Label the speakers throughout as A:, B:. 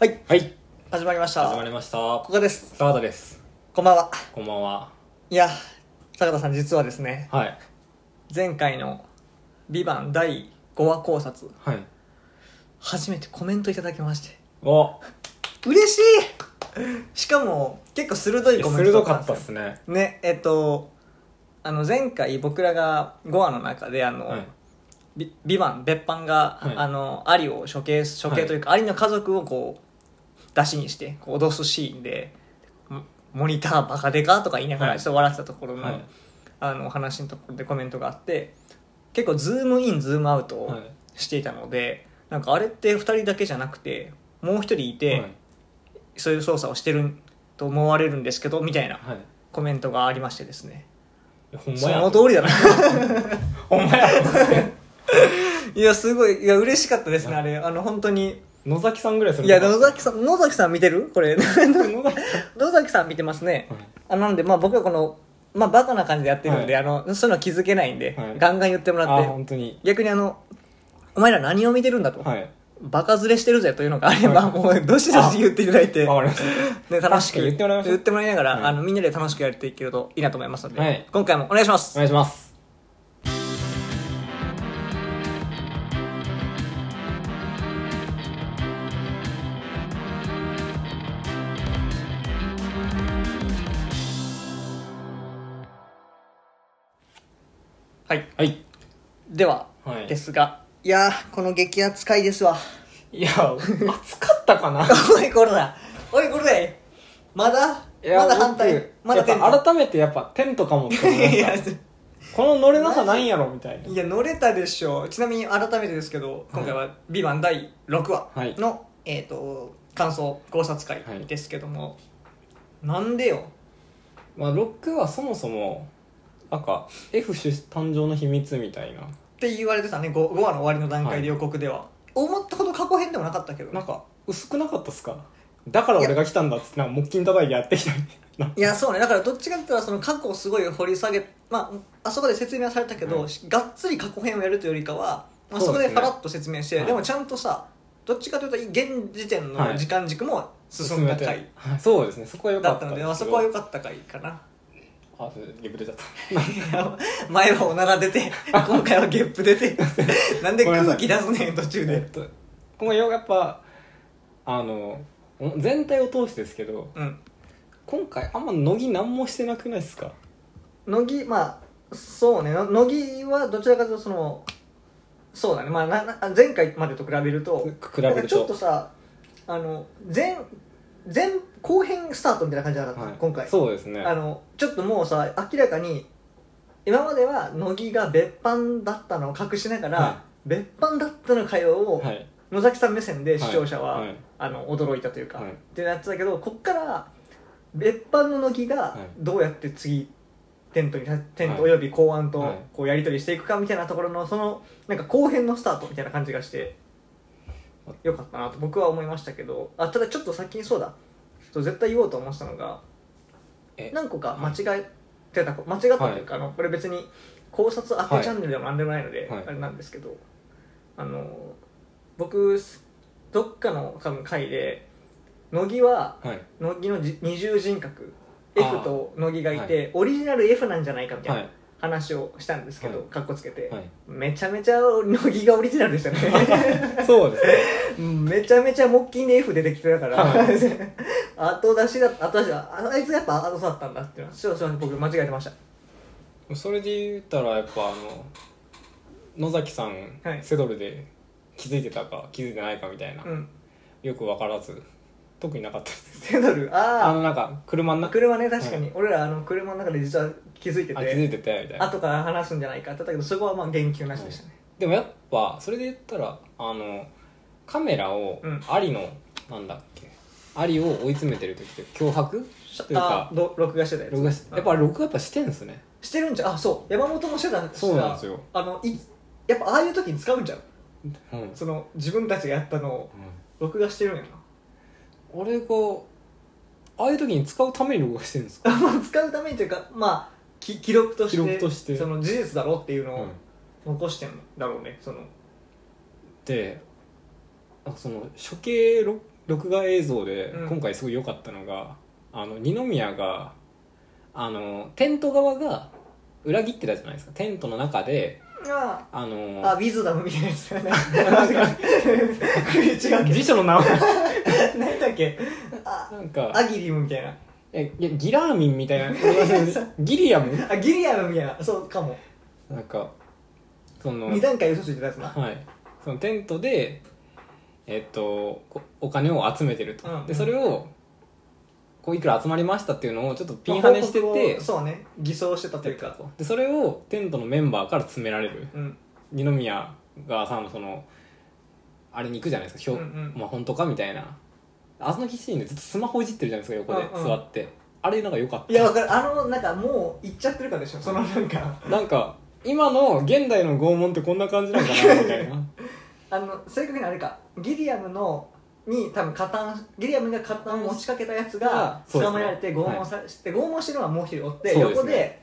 A: はい
B: はい
A: 始まりました
B: 始まりました
A: ここです
B: 澤田です
A: こんばんは
B: こんばんはい
A: や坂田さん実はですね
B: はい
A: 前回の「ビバン第5話考察
B: はい
A: 初めてコメントいただきまして
B: お
A: 嬉しいしかも結構鋭いコメント
B: 鋭かった
A: で
B: っ
A: す
B: すね
A: ねえっとあの前回僕らが5話の中であの、
B: はい
A: ビビバン別班が、
B: はい
A: あのアリを処刑処刑というか、アリの家族をこう出しにしてこう脅すシーンでモモニターバカでかとか言いなが
B: は
A: ら
B: い
A: ちょっと笑ってたところの,、
B: はい
A: あのお話のところでコメントがあって結構ズームインズームアウトを
B: はい
A: していたので、なんかあれって2人だけじゃなくてもう1人いて、
B: はい
A: そういう操作をしてると思われるんですけどみたいな
B: はいい
A: コメントがありましてですね
B: やほん
A: そ
B: まや
A: の通りだ な
B: ほんまや
A: いやすごいいや嬉しかったですねあれあの本当に
B: 野崎さんぐらいする
A: いや、野
B: 野
A: 崎さん、野崎さん見てるこれ。
B: 崎 野崎さ
A: 野崎さん見てますね。
B: ん
A: あなんで、まあ僕はこの、まあバカな感じでやってるんで、
B: は
A: あの、そういうの気づけないんで、
B: はい
A: ガンガン言ってもら
B: あ
A: って、
B: 本当に
A: 逆にあの、お前ら何を見てるんだと、
B: はい
A: バカずれしてるぜというのがあれば、
B: はい
A: もう、どしどし言っていただいて、
B: わかりまし
A: ね、楽し
B: 確か
A: く
B: に言ってもらいましょう
A: 言ってもらいながら、
B: はい
A: あの、みんなで楽しくやっていけるといいなと思いますので、
B: はい
A: 今回もお願いしま
B: たお
A: す。
B: 願いします
A: はい。
B: はい
A: では、
B: はい
A: ですが、いやー、この激アツ回ですわ。
B: いや暑かったか な
A: おい、これだ。おい、これだい。まだ、
B: いや
A: まだ反対
B: 僕。
A: まだ
B: やっぱ改めてやっぱ天とかもって 思い ま
A: い
B: し
A: や
B: たこの乗れなさなんやろみたいない
A: や乗れたでしょちなみに改めてですけど今回は「ビバン第6話
B: はい
A: の、えー、と感想考察会
B: はい
A: ですけども、なんでよ
B: まあ6はそもそもなんか F 種誕生の秘密みたいな
A: って言われてたね 5, 5話の終わりの段階
B: はい
A: で予告では、思ったほど過去編でもなかったけどね
B: なんか薄くなかったっすかだから俺が来たんだっつってなんか木琴叩いてやってきたみたいない
A: やそうねだからどっちかって言ったらその過去をすごい掘り下げまああそこで説明はされたけど、
B: はい
A: がっつり過去編をやるというよりかは、まあ、そ
B: そう
A: こ
B: で
A: で
B: す
A: パ
B: ね
A: ラッと説明してで,、
B: はい
A: もちゃんとさどっちかというと現時点の時間軸も進ん
B: め
A: だ
B: て
A: 回、
B: はい そうですねそこは良か
A: だ
B: っ
A: ったたの
B: んす
A: で
B: けど
A: まあそこは良かった回かな
B: あそれゲップ出ちゃった
A: 前はおなら出 て今回はゲップ出てなんで空気出すねん途中
B: え
A: で
B: っとこのよやっぱあのお全体を通してですけど
A: うん
B: 今回あんま乃木何もしてなくないですか
A: 乃木まあそうねの乃木はどちらかというとそのそうだねまあなな前回までと比べると
B: 比べ
A: なんか
B: る
A: ちょっと
B: と
A: さあの前前後編スタートみたいな感じじゃなかった、
B: はい
A: 今回
B: そうですね
A: あのちょっともうさ明らかに今までは乃木が別班だったのを隠しながら、
B: は
A: 別班だったのかよを、
B: はい
A: 野崎さん目線で視聴者は、
B: はいはい
A: あの驚いたというか、
B: はい
A: ってなってたけどこっから別班の乃木が
B: はい
A: どうやって次テントにテント
B: は
A: お
B: い
A: よび公安
B: はい
A: とこうやり取りしていくかみたいなところのそのなんか後編のスタートみたいな感じがしてよかったなと僕は思いましたけどあただちょっと先にそうだちょっと絶対言おうと思ってたのが
B: え
A: 何個か間違えてたこ間違ったというか、あのこれ別に考察当てチャンネルでもなんでもないので、
B: はい
A: あれなんですけどあの僕どっかの多分回で乃木は
B: はい
A: 乃木のじ二重人格
B: あ
A: F
B: ー
A: と乃木がいて、オリジナル F なんじゃないかみたい
B: は
A: ない話をしたんですけど、
B: はい
A: かっこつけて、
B: はい
A: めちゃめちゃ乃木がオリジナルでした ね
B: そうですね
A: めちゃめちゃ木金で F 出てきてたから、
B: は
A: 後出しだ後出しだああいつやっぱ後だったんだっていうのはすいません僕間違えてました
B: それで言ったらやっぱあの野崎さん、
A: はい
B: セドルで気づいてたか気づいてないかみたいな、
A: うん
B: よく分からず特になかったです
A: セドル
B: あ
A: あ
B: のなんか車の
A: あ
B: 中
A: 車ね確かに、俺らあの車の中で実は気づいて
B: あ気づ
A: て
B: いててみたいな
A: 後から話すんじゃないかって言ったけどそこはまあ言及なしでしたね、
B: でもやっぱそれで言ったらあのカメラを
A: うん
B: アリの、なんだっけアリを追い詰めてる時って脅迫という
A: あ
B: か
A: ど録画してたやつ
B: 録画しやっぱ録画やっぱしてんすね
A: してるんじゃんあそう山本もしてたんです
B: そうなんですよ
A: あのいやっぱああいう時に使うんじゃん
B: うん、うん
A: その自分たちがやったのを録画してるんやな
B: 俺がああいう時に使うために録画してるんですか
A: あ まあ使うためにというかまあき記録として
B: 記録として
A: その事実だろっていうの
B: う
A: を
B: ん
A: 残してんだろうねその
B: であその処刑ろ録画映像で
A: うん
B: 今回すごい良かったのが、あの二宮があのテント側が裏切ってたじゃないですかテントの中で
A: あ
B: あの
A: あウィズダムみたいなやつだね 違うけど
B: 辞書の名 前
A: 何だっけあ
B: なんか
A: アギリムみたいな
B: えいやギラーミンみたいなギリアム
A: あギリアムみたいなそうかも
B: なんかその
A: 2段階嘘ついてたやつな
B: はい、そのテントで、えっと、こお金を集めてると、
A: うん
B: でそれをこういくら集まりましたっていうのをちょっとピンハネして
A: 報告
B: て
A: をそうね偽装してたというか
B: でそれをテントのメンバーから詰められる
A: うん
B: 二宮がさそのあれに行くじゃないですか「
A: う
B: ひょ
A: んうん
B: まあ、本当か?」みたいなあの日シーンでずっとスマホいじってるじゃないですか横
A: うんう
B: で
A: ん
B: 座って、あれなんか良かった
A: いやわかるあのなんかもう行っちゃってるからでしょそのなん か
B: なんか今の現代の拷問ってこんな感じなんかなみた いな
A: あの正確にあれかギリアムのに多分加担ギリアムが加担を持ちかけたやつが
B: そうです
A: 捕
B: ね
A: まえられて拷問さして、拷問してるのはもう一人おって、
B: そうですね
A: 横で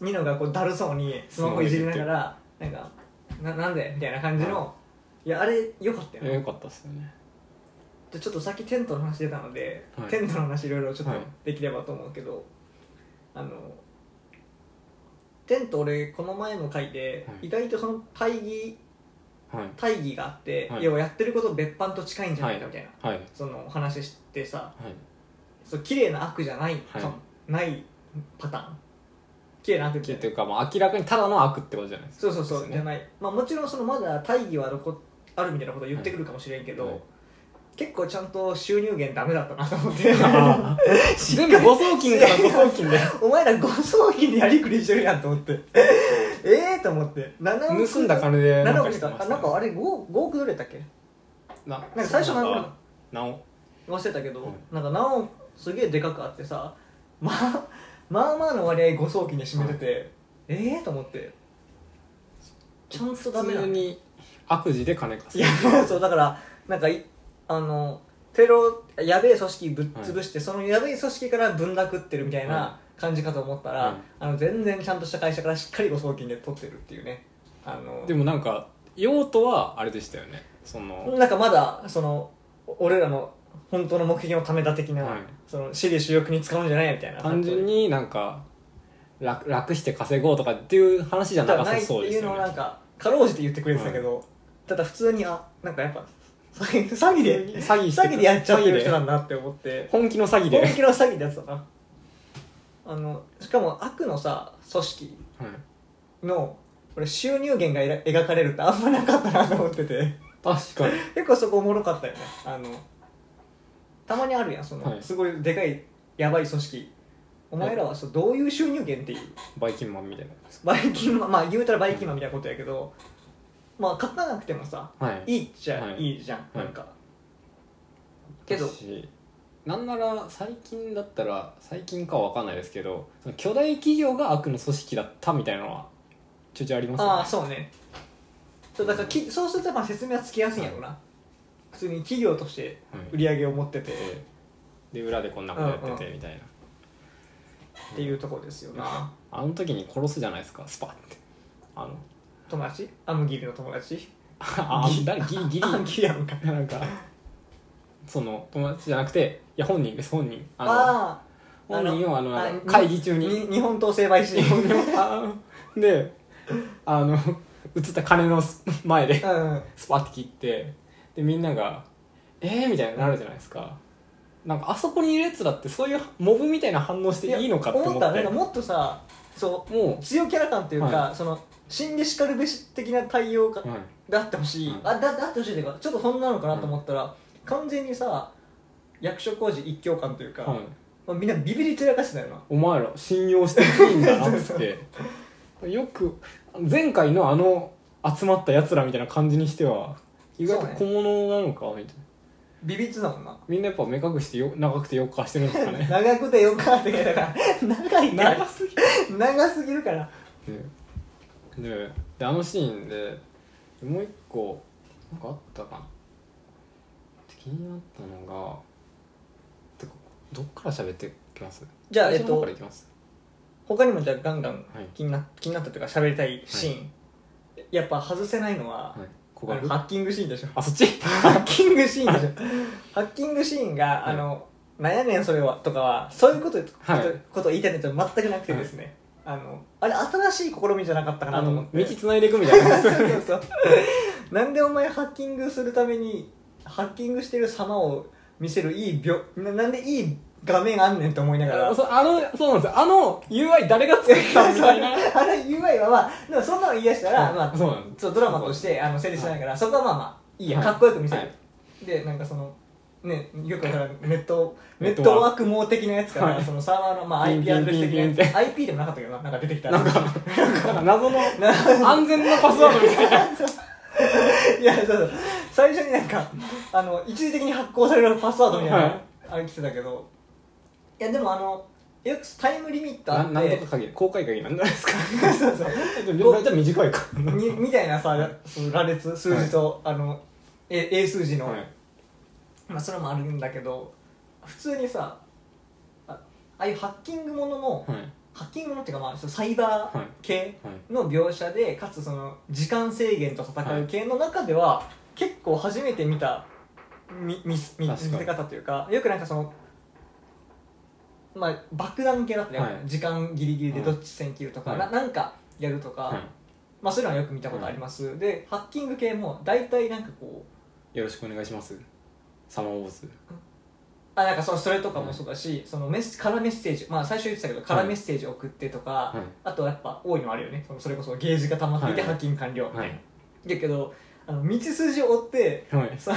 A: ニノがこうだるそうにスマホいじりながらなんかななんでみたいな感じの、いやあれよかったよ
B: いや
A: ね
B: 良かったですよね
A: でちょっとさっきテントの話出たので、
B: はい
A: テントの話いろいろちょっと
B: はい
A: できればと思うけど、あのテント俺この前の回で、
B: はい
A: 意外とその会議
B: はい
A: 大義があって、
B: はい
A: 要はやってること別班と近いんじゃないかみたいな、
B: はい
A: そのお話ししてさ
B: はい
A: そう綺麗な悪じゃないか、
B: は
A: ないパターン綺麗な悪じゃ
B: っ
A: な
B: て
A: い
B: いうか、まあ、明らかにただの悪ってことじゃないですか
A: そうそうそう、
B: ですね
A: じゃない、まあ、もちろんそのまだ大義は残あるみたいなこと言ってくるかもしれんけど、
B: はいはい
A: 結構ちゃんと収入源ダメだったなと思って
B: 全部誤送金から誤送金で
A: お前ら誤送金でやりくりしてるやんと思って ええと思って7億
B: 盗んだ金で
A: 7
B: か
A: 億
B: して
A: か
B: まし
A: あ
B: た
A: なんかあれ 5, 5億どれだっけ
B: な
A: なんか最初何億
B: なお
A: 忘れたけど、
B: はい
A: なんか何億すげえでかくあってさまあまあまあの割合誤送金で占めてて、ええー、と思ってちゃんとダメ
B: 普
A: だ
B: 通
A: い
B: に悪事で金稼
A: や
B: ぐ
A: そうだからなんかいあのテロやべえ組織ぶっ潰して、そのやべえ組織からぶん殴ってるみたいな
B: は
A: 感じかと思ったら、
B: はい
A: あの全然ちゃんとした会社からしっかり誤送金で取ってるっていうねあの
B: でもなんか用途はあれでしたよねその
A: なんかまだそのお俺らの本当の目的のためだ的な、
B: はい
A: その私利私欲に使うんじゃないみたいな
B: 単純になんか楽楽して稼ごうとかっていう話じゃ
A: じ
B: な
A: ゃ
B: か
A: な
B: さ
A: いって
B: そうで
A: い
B: す
A: うのを
B: よ
A: なん
B: ね
A: かかろうじて言ってくれてたけど、ただ普通にあなんかやっぱ詐欺詐欺で
B: 詐欺して
A: 詐
B: た
A: 欺でやっちゃってる
B: 詐欺で
A: 人なんだって思って
B: 本気の詐欺で、
A: 本気の詐欺でやつだなあのしかも悪のさ組織
B: はい
A: のこれ収入源がえら描かれるってあんまなかったなと思ってて
B: 確かに
A: 結構そこおもろかったよねあのたまにあるやんその、
B: はい
A: すごいでかいやばい組織お前らはそうどういう収入源っていう
B: バイキンマンみたいな
A: バイキンマンまあ言うたらバイキンマンみたいなことやけどまあ書かなくてもさ
B: はい
A: いいっちゃ
B: はい
A: いいじゃん、
B: は
A: な
B: い
A: んかけど
B: だしなんなら最近だったら最近かは分かんないですけどその巨大企業が悪の組織だったみたいなのはちょいちょいありますよね
A: ああそうねそうだからきそうするとまあ説明はつきやすいんやろうな、普通に企業として
B: はい
A: 売り上げを持っててっ
B: でで裏でこんなことやって
A: うん
B: てみたいな、
A: ていうとこですよな
B: あの時に殺すじゃないですかスパッてあの
A: 友達アムギリの友達
B: あ
A: ギリ
B: 誰ギリギ リ
A: アムギリやんか
B: なんかその友達じゃなくていや本人です本人あ
A: あ
B: の本人をあの
A: あ
B: なん
A: に
B: か会議中
A: あ
B: に
A: に日本刀成敗し
B: 日本のあー であの映った金の前で
A: うん
B: スパッて切ってでみんなが「えー」みたいになるじゃないですかなんかあそこにいるやつだってそういうモブみたいな反応していいのかって思
A: 思
B: っ
A: った
B: た
A: なんかもっとさそ
B: も
A: う強キャラ感というか、
B: は
A: その死んでしかるべし的な対応が
B: う、はい、
A: だってほしい、
B: うん
A: あだだってほしいというかちょっとそんなのかなと思ったら、完全にさ役所工事一強感というか、
B: はい、
A: まあ、みんなビビり散らかしてたよな
B: お前ら信用していいんだなっつってよく前回のあの集まったやつらみたいな感じにしては意外と小物なのかみたいな、
A: ビビってたもんな
B: みんなやっぱ目隠してよ長くてよく化してるんですかね
A: 長くてよかったけど な長いから
B: 長すぎ
A: 長すぎるから
B: ででであのシーンでもう一個なんかあったかな気になったのがてかどっから喋っていきます
A: じゃあ
B: 最初の方
A: え
B: から
A: っ
B: いきます、
A: 他にもじゃあガンガン
B: はい
A: 気にな気になったというか喋りたいシーン、やっぱ外せないのは、
B: はい小
A: あの
B: 学
A: ハッキングシーンでしょ
B: あそっち
A: ハッキングシーンでしょハッキングシーンが「あの、なんやねんそれは」とかはそういうこと,、
B: はい
A: ことことを言いたいのと全くなくてですね、あのあれ新しい試みじゃなかったかな
B: あ
A: と思っ
B: の
A: て
B: 道つないでいくみたいな
A: そうそうそうなんでお前ハッキングするためにハッキングしてる様を見せるいい秒ななんでいい画面あんねんと思いながら
B: あそうあのそうなんですよあの UI 誰が作ったみたいな
A: あれ UI はまあでもそんなの言い出したら、まあ、
B: そうなんです
A: そうドラマとしてあの成立しないから、そこはまあまあいいや、
B: はい
A: かっこよく見せる、
B: は
A: でなんかそのねよくわからんネットネ
B: ネ
A: ット
B: ット
A: ワーク網的なやつから、
B: はい
A: そのサーバーの、まあ、IP アドレス的なや
B: ピンピンピンピンっ
A: つ IP でもなかったけどななんか出てきた
B: なんかなんか謎の安全なパスワードみたいない
A: やそうそう最初になんかあの一時的に発行されるパスワードみたい
B: はい
A: なあれ来てたけどいやでもあのよくタイムリミットあ
B: な
A: っ
B: なんと
A: て
B: か限り公開限りなんじゃないですか
A: そうそう
B: でも大体短いか
A: にみたいなさその羅列数字と、あのえ英数字の、
B: はい
A: まあそれもあるんだけど普通にさあああいうハッキングものの、
B: はい
A: ハッキングものっていうかまあそのサイバー系
B: はい
A: の描写で、かつその時間制限と戦う系の中では、結構初めて見た見見見見
B: 確かに
A: せ方というかよくなんかそのまあ爆弾系だったね、
B: はい
A: 時間ギリギリでどっち先切るとか、
B: はい
A: ななんかやるとか、
B: は
A: まあそういうのはよく見たことあります、でハッキング系も大体なんかこう
B: いよろしくお願いしますサマーウォーズ
A: あなんかそそれとかもそうだし、そのメッセ空メッセージまあ最初言ってたけど空メッセージ送ってとか、
B: はい
A: あとはやっぱ多いのあるよねそのそれこそゲージが溜まっていて
B: はい
A: ハッキング完了、
B: はい
A: だけどあの道筋を追って
B: はい
A: その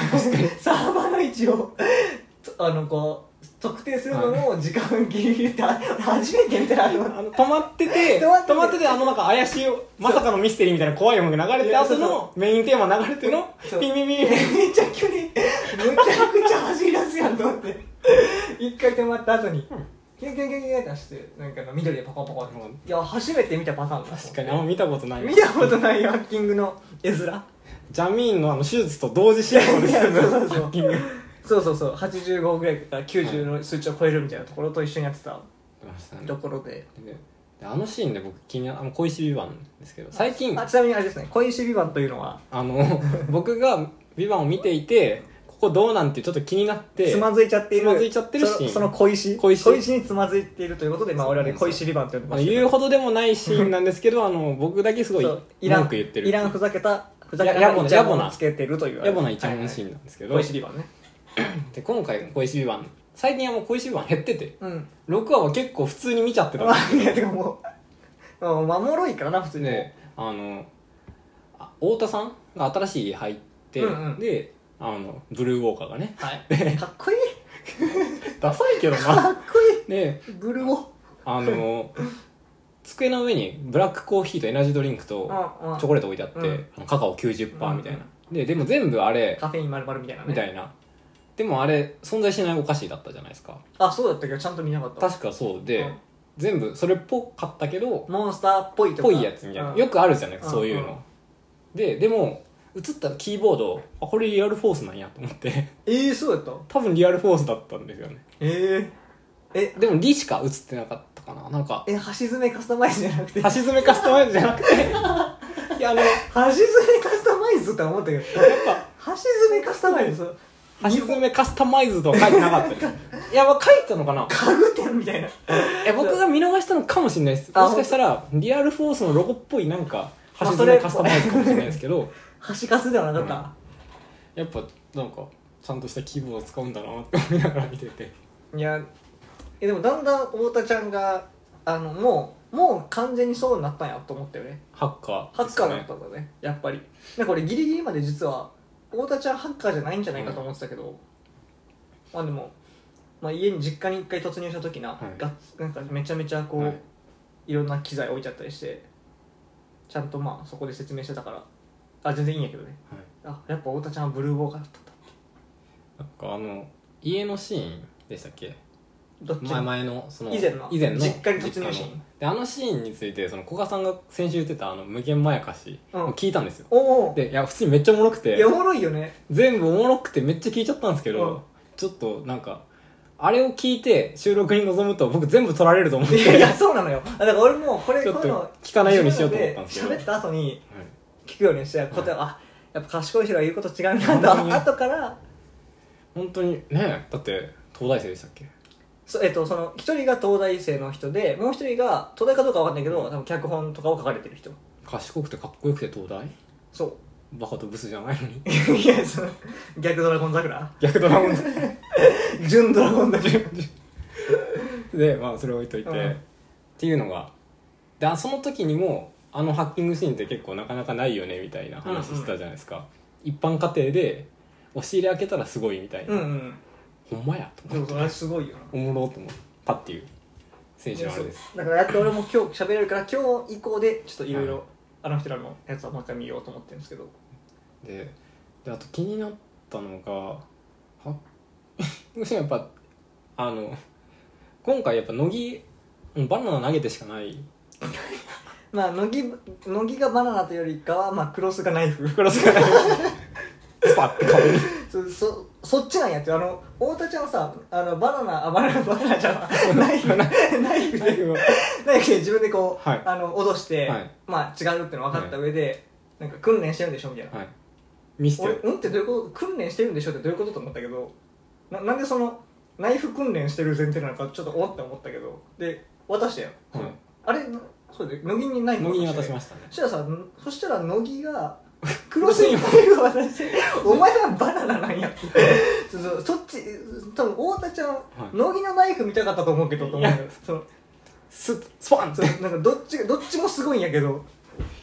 A: サーバーの位置をとあのこう特定するのも時間ギリギリってあ初めてみたいなあの
B: あの止まってて
A: 止まってて
B: あのなんか怪しいまさかのミステリーみたいな怖い音楽流れて
A: そう
B: 後のメインテーマ流れての
A: そう
B: ピンピンピンピン
A: めちゃくちゃにむちゃくちゃ走り出すやんと思って一回止まった後に
B: うん
A: キュンキュンキュンキュンって走ってなんかあの緑でパコパコっていや初めて見たパターンだ
B: 確かにあんま見たことない
A: 見たことないよハッキングの絵面
B: ジャミーンのあの手術と同時進行です
A: いやそうそうそう
B: ハッキング
A: そうそうそう85ぐらいから90の数値を超えるみたいなところと一緒にやってたところで
B: でであのシーンで僕気になあの小石ビバンですけど最近
A: あ
B: あ
A: ちなみにあれですね小石ビバンというのは
B: の 僕がビバンを見ていてここどうなんてちょっと気になって
A: つまずいちゃっている
B: つまずいちゃってるシーン
A: そのその小石
B: 小石
A: につまずいているということで、まあ、我々小石ビバンと呼んでま
B: まあ
A: すけど
B: 言うほどでもないシーンなんですけどあの僕だけすごい
A: そういらん
B: 文句言ってる
A: いらんふざけたふざけた
B: ややぼな
A: イチャモン
B: やぼな
A: つけてるという
B: やぼな一
A: はい
B: 文
A: はい
B: シーンなんですけど、
A: 小石ビバンね
B: で今回の小石ビバン最近はもう小石ビバン減ってて
A: うん
B: 6話は結構普通に見ちゃってたん
A: ま
B: で
A: あいやてかもうまあまあおもろいからな普通
B: す
A: に
B: であのあ太田さんが新しい家入って、
A: うんうん
B: であのブルーウォーカーがね
A: はいかっこいい
B: ダサいけど
A: か
B: な
A: っこい
B: で
A: いブルボ
B: あの机の上にブラックコーヒーとエナジードリンクと
A: うんうん
B: チョコレート置いてあって、
A: うん
B: あのカカオ90%みたい
A: うん
B: な、ででも全部あれ
A: カフェイン丸々みたいなね
B: みたいなでもあれ存在しないお菓子だったじゃないですか
A: あそうだったけどちゃんと見なかった
B: 確かそうで、
A: うん
B: 全部それっぽかったけど
A: モンスターっぽいとか
B: ぽいやつみたいな、
A: うん
B: よくあるじゃない
A: うん
B: そういうの、ででも映ったキーボードあこれリアルフォースなんやと思って
A: ええそうだった
B: 多分リアルフォースだったんですよね
A: えええ
B: でも「リ」しか映ってなかったかななんか
A: え端詰めカスタマイズじゃなくて
B: 橋爪カスタマイズじゃなくて いやあの
A: 端詰めカスタマイズって思ったけど端詰めカスタマイズ
B: 橋爪カスタマイズとは書いてなかった ですいやまあ書いてたのかな
A: 家具店みたいな
B: え僕が見逃したのかもしれないです
A: あ
B: もしかしたらリアルフォースのロゴっぽいなんか
A: まあ
B: 橋
A: それ
B: 爪カスタマイズかもしれないです けど
A: 端カスではなかった、
B: やっぱなんかちゃんとしたキーボードを使うんだなって思いながら見てて
A: いやえでもだんだん太田ちゃんがあのもうもう完全にそうになったんやと思ったよね
B: ハッカ
A: ハ
B: ー
A: ッカーだったんだねやっぱりなんか俺ギリギリまで実は太田ちゃんハッカーじゃないんじゃないかと思ってたけど、まあでも、まあ、家に実家に一回突入した時な,、
B: はい
A: がっつなんかめちゃめちゃこう、
B: はい
A: い、ろんな機材置いちゃったりしてちゃんとまあそこで説明してたからあ全然いいんやけどね
B: はい
A: あやっぱ太田ちゃんはブルーウォーカーだったんだ
B: なんかあの家のシーンでしたっけ
A: どっち
B: 前前のその
A: 以前の
B: 以前の
A: 実家に突入シー
B: 実家
A: ン
B: のであのシーンについてその古賀さんが先週言ってたあの無限まやかし
A: うん
B: を聞いたんですよ、
A: おお
B: でいや普通にめっちゃおもろく
A: い
B: て
A: やおもろいよね
B: 全部おもろくてめっちゃ聞いちゃったんですけど、
A: うん
B: ちょっとなんかあれを聞いて収録に臨むと僕全部取られると思っ
A: い
B: て
A: やいやそうなのよあだから俺もこれ
B: ちょっ
A: こういうの
B: と聞かないようにしようと思ったんです
A: 自
B: けど
A: 分ので喋った後に
B: はい
A: 聞くようにして答え、あやっぱ賢い人が言うこと違うんだ
B: うん
A: と後から
B: 本当にねだって東大生でしたっけ
A: そ,、えっと、その一人が東大生の人でもう一人が東大かどうかわかんないけど多分脚本とかを書かれてる人
B: 賢くてかっこよくて東大
A: そ
B: バカとブスじゃないのに
A: ういやその逆ドラゴン桜
B: 逆ドラゴン
A: 純ドラゴン桜
B: でまあそれ置いといて、
A: うん
B: っていうのがであその時にもあのハッキングシーンって結構なかなかないよねみたいな話してたじゃないですか、一般家庭で押し入れ開けたらすごいみたいな、
A: うんうん
B: ほんまやと
A: でも
B: 思って
A: それすごいよな
B: おもろと思ったっていう選手のあれです
A: だからやっと俺も今日喋れるから今日以降でちょっといろいろあの人らのやつはもう一回見ようと思ってるんですけど
B: でであと気になったのが ハッキングシーンやっぱあの今回やっぱ乃木バナナ投げてしかない
A: まあ乃木乃木がバナナというよりかは、まあ、クロスがナイフ
B: クロスがないスパッて顔に
A: そそそっちなんやってあの太田ちゃんはさあのバナナあバナナバナナじゃんナイフナイフ
B: ナイ
A: で
B: フを
A: ナイフで自分でこう、
B: はい
A: あの脅して、
B: はい
A: まあ違うっての分かった上で、なんか訓練してるんでしょみたいな、
B: はい、見せて
A: 俺うんってどういうこと訓練してるんでしょってどういうことと思ったけどななんでそのナイフ訓練してる前提なのかちょっとおって思ったけどで渡したよ、
B: はい
A: あれなそうで乃木にナイフ
B: 乃木に渡しま
A: し
B: したね
A: そしたらさんそしたら乃木 がクロ
B: ロ
A: ス
B: ス
A: に
B: に
A: ナイフを渡して「お前はバナナなんや」ってそうそうそっち多分太田ちゃん、乃木のナイフ見たかったと思うけどと思うよ
B: いや
A: その
B: スッスパンっ
A: そ
B: て
A: のなんかどっちどっちもすごいんや けど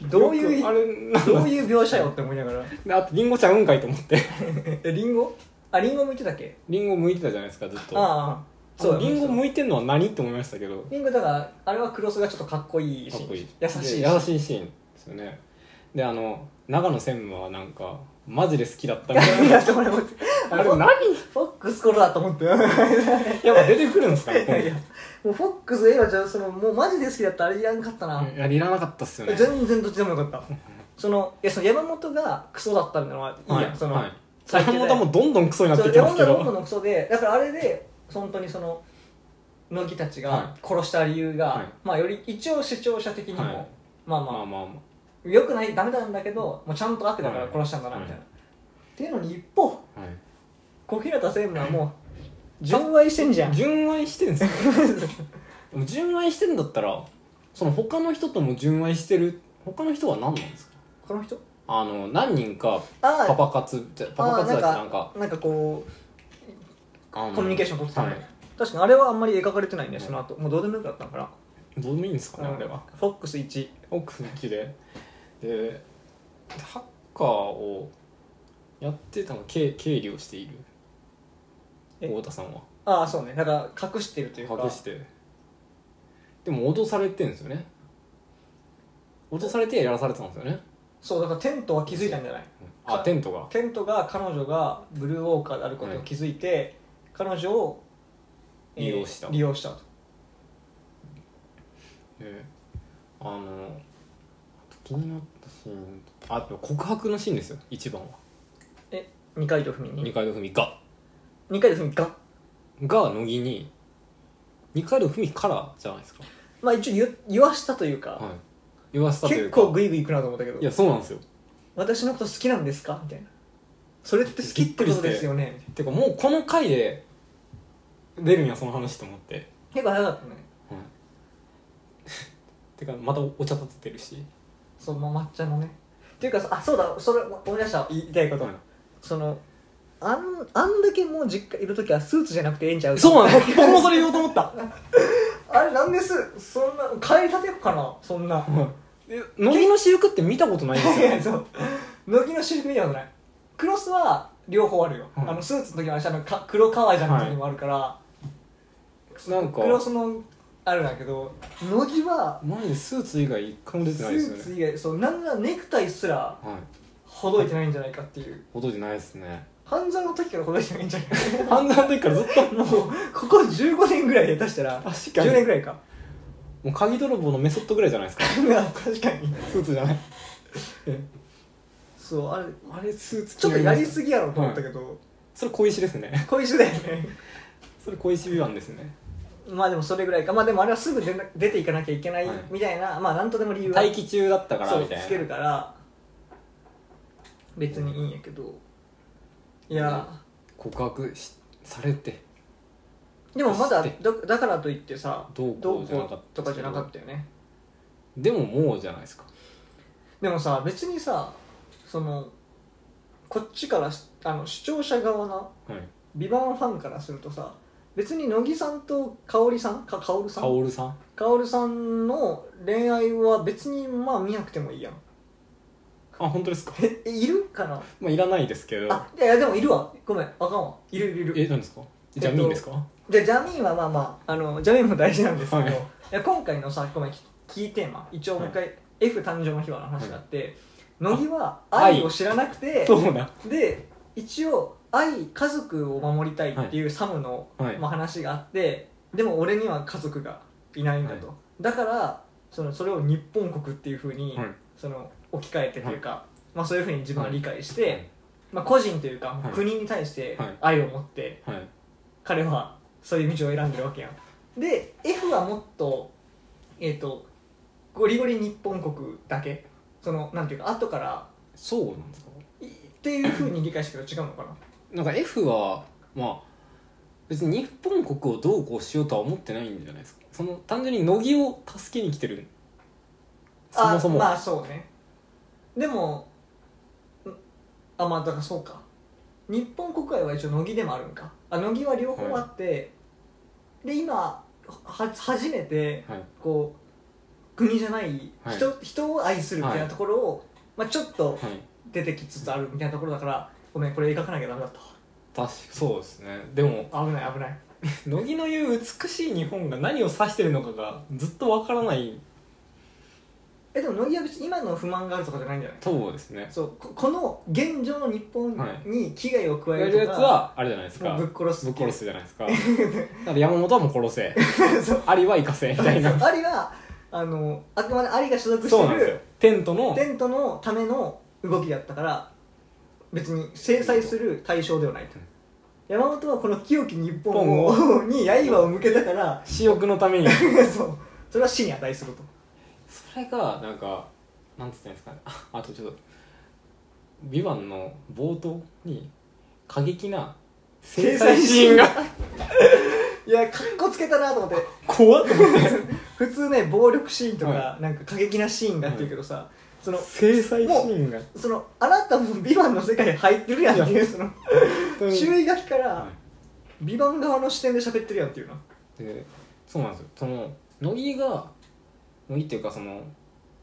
A: どうい
B: よくあ
A: う
B: れなん
A: どう
B: だ
A: いう描写よって思いながら
B: であとリンゴちゃんうんかいと思って
A: えリンゴあリンゴ向いてたっけ
B: リンゴ剥いてたじゃないですかずっと
A: ああ
B: そ
A: そう
B: うリンゴ
A: も
B: 剥いてんのは何って思いましたけど
A: リンゴだからあれはクロスがちょっとかっこいいし
B: かっこいい
A: 優しいし
B: で優しいシーンですよねであの長野専務はなんかマジで好きだったみたいな
A: だって俺も
B: あれ何
A: フォックスこれだと思ってい
B: やっぱ出てくるんですかね
A: やいやもうフォックスええわじゃあそのもうマジで好きだったらあれいらんかったな、
B: 今回いやいらなかったっすよね
A: 全然どっちでもよかったそのいやその山本がクソだったのはいいやん、その、
B: はい、
A: 最
B: 山
A: 近
B: 本はもうどんどんクソになっ
A: そ
B: て
A: う
B: きてま
A: 山
B: すけ
A: 本
B: ど
A: ロンドのクソでだからあれで本当にその乃木たちが
B: は
A: 殺した理由が、
B: はい
A: まあより一応視聴者的にも、
B: はい
A: まあまあ
B: まあまあま
A: 良くないダメなんだけどもうちゃんと悪だから殺したんだなみたいな、
B: は
A: っていうのに一方
B: あ、はい
A: 小日向専務はもう純愛してんじゃん
B: 純愛してんすよでも純愛してんだったらその他の人とも純愛してる他の人は何なんですか
A: この人
B: あの何人か
A: ああ
B: パパ活じゃパパ活だっ
A: あ
B: て
A: ー
B: なんか
A: なんかこ
B: あの
A: うコミュニケーション取ってたの、
B: はい
A: 確かにあれはあんまり描かれてないね
B: うん
A: その後もうどうでもよくなったのか
B: どうでもいいんですかね
A: な、
B: あれは
A: フォックス1
B: 奥の木ででハッカーをやってたの経経理をしている
A: え
B: 太田さんは
A: ああそうねだから隠してるというか
B: 隠してでも脅されてんですよね脅されてやらされてたんですよね
A: そうだからテントは気づいたんじゃない
B: あテントが
A: テントが彼女がブルーウォーカーであることを気づいて、彼女を、えー
B: 利用した
A: 利用したと
B: えーあのあと気になったシーンあでも告白のシーンですよ一番は
A: え二階堂ふみ
B: 二
A: に
B: 階堂ふみが
A: 二階堂ふみが
B: が乃木に二階堂ふみからじゃないですか、
A: まあ一応言言わしたというか、
B: はい、言わせたとい
A: 結
B: うか
A: 構グイグイいくなと思ったけど
B: いやそうなんですよ
A: 私のこと好きなんですかみたいなそれって好きってことですよね
B: てかもうこの回で出るんやその話と思って、
A: 結構早かったね
B: はい、てかまたお茶立ててるし、
A: そう、まあ、抹茶のねっていうかあそうだそれ思い出した言いたいこと、そのあんあんだけもう実家いる時はスーツじゃなくてええんちゃう
B: そうなんです僕もそれ言おうと思った
A: あれなんですそんな帰り立てよかなそんな
B: え乃木の私服って見たことないんです
A: い
B: よ
A: やそう乃木の私服見たことないクロスは両方あるよ、
B: はい
A: あのスーツの時もあるしあのか黒革ジャンの時もあるから、
B: なんか
A: クロスのあるんだけど乃木は
B: マジでスーツ以外一回も出て
A: ス
B: ないですよ
A: ー
B: ね
A: ツ以外そうなんならネクタイすら
B: はい
A: ほどいてないんじゃないかっていう
B: ほどじゃないですね
A: 半沢の時からほどいてないんじゃないか
B: 半沢の時からずっと
A: もうここ15年ぐらい下手したら
B: 確
A: 10年ぐらいか
B: もう鍵泥棒のメソッドぐらいじゃないですか
A: 確かに
B: スーツじゃない
A: そうあれ
B: あれスーツ
A: ちょっとやりすぎやろと思ったけど、
B: それ小石ですね
A: 小石だよね
B: それ小石美版ですね
A: まあでもそれぐらいかまあでもあれはすぐ出な出ていかなきゃいけない
B: はい
A: みたいな、まあなんとでも理由は
B: 待機中だったから
A: そう
B: みたいな
A: つけるから別にいいんやけど、いや
B: 告白しされて
A: でもまだ
B: して
A: だだからといってさ
B: どう
A: ど
B: こ
A: う
B: うじゃな
A: こ
B: かっ
A: う
B: た
A: とかじゃなか
B: た
A: ったよね
B: でももうじゃないですか
A: でもさ別にさそのこっちからしあの視聴者側な
B: はい
A: 「ビバンファンからするとさ別に乃木さんと香織さんか香織さん
B: 薫さん
A: 香織さんの恋愛は別にまあ見なくてもいいやん
B: あ本当ですか
A: ええいるかな
B: まあいらないですけど
A: あいやいやでもいるわごめんあかんわいるいるいる
B: え何ですかじゃあ
A: えっと
B: いいんですか
A: じゃあジャミーンはまあまああのジャミーンも大事なんですけど、
B: はい
A: いや今回のさごめんキーテーマ一応もう一回、F 誕生の日はの話があって、乃木は愛を知らなくて
B: そうだ
A: で一応愛家族を守りたいっていうサムの、
B: はい
A: まあ、話があってでも俺には家族がいないんだと、
B: は
A: だからそのそれを日本国っていうふうに、
B: はい
A: その置き換えてというか、まあ、そういうふうに自分は理解して、
B: はい
A: まあ、個人というか、
B: はい
A: 国に対して
B: はい
A: 愛を持って
B: はい
A: 彼はそういう道を選んでるわけやんで F はもっとえっ、とゴリゴリ日本国だけそのなんていうか後から
B: そうなんですか
A: いっていうふうに理解したけど違うのかな
B: なんか F はまあ別に日本国をどうこうしようとは思ってないんじゃないですかその単純に乃木を助けに来てるそもそも、
A: あまあそうねでもんあまあだからそうか日本国外は一応乃木でもあるんかあ乃木は両方あって、で今は初めて
B: はい、
A: こう国じゃない人,、人を愛するみたいなところを、まあ、ちょっと
B: はい、
A: 出てきつつあるみたいなところだからごめんこれ描かなきゃダメだっ
B: 確かそうですねでも
A: たわ危ない危ない
B: 乃木の言う美しい日本が何を指してるのかがずっとわからない
A: えでも乃木は別に今の不満があるとかじゃないんじゃない
B: そうですね
A: そうここの現状の日本
B: はい
A: に危害を加
B: や
A: え
B: る
A: る
B: や
A: と
B: つ
A: か、
B: はあれじゃないですか
A: もう
B: ぶっ
A: ぶっ殺す
B: 殺すじゃないです かだから山本はもう殺せ
A: そう
B: アリは行かせみた い な
A: ありはあのあくまでアリが所属し
B: そ
A: て
B: うなんですよ
A: る
B: テントの
A: テントのための動きだったから別に制裁する対象ではないと
B: うん
A: 山本はこの清き日本をに刃を向けたから
B: 私欲のために
A: そうそれは死に値すると
B: それがなんかなんつったんですかねああとちょっと「ビバンの冒頭に過激な 制裁シーンが
A: いやかっこつけたなと思って
B: 怖っと思って
A: 普通ね暴力シーンとか、
B: は
A: なんか過激なシーンがっていうけどさ、その
B: 制裁シーンが
A: そのあなたも「ビバンの世界入ってるやんっていうその
B: 本当に
A: 注意書きか
B: は
A: ら「ビバン側の視点で喋ってるやんっていうない
B: でそうなんですよその乃木が乃木っていうかその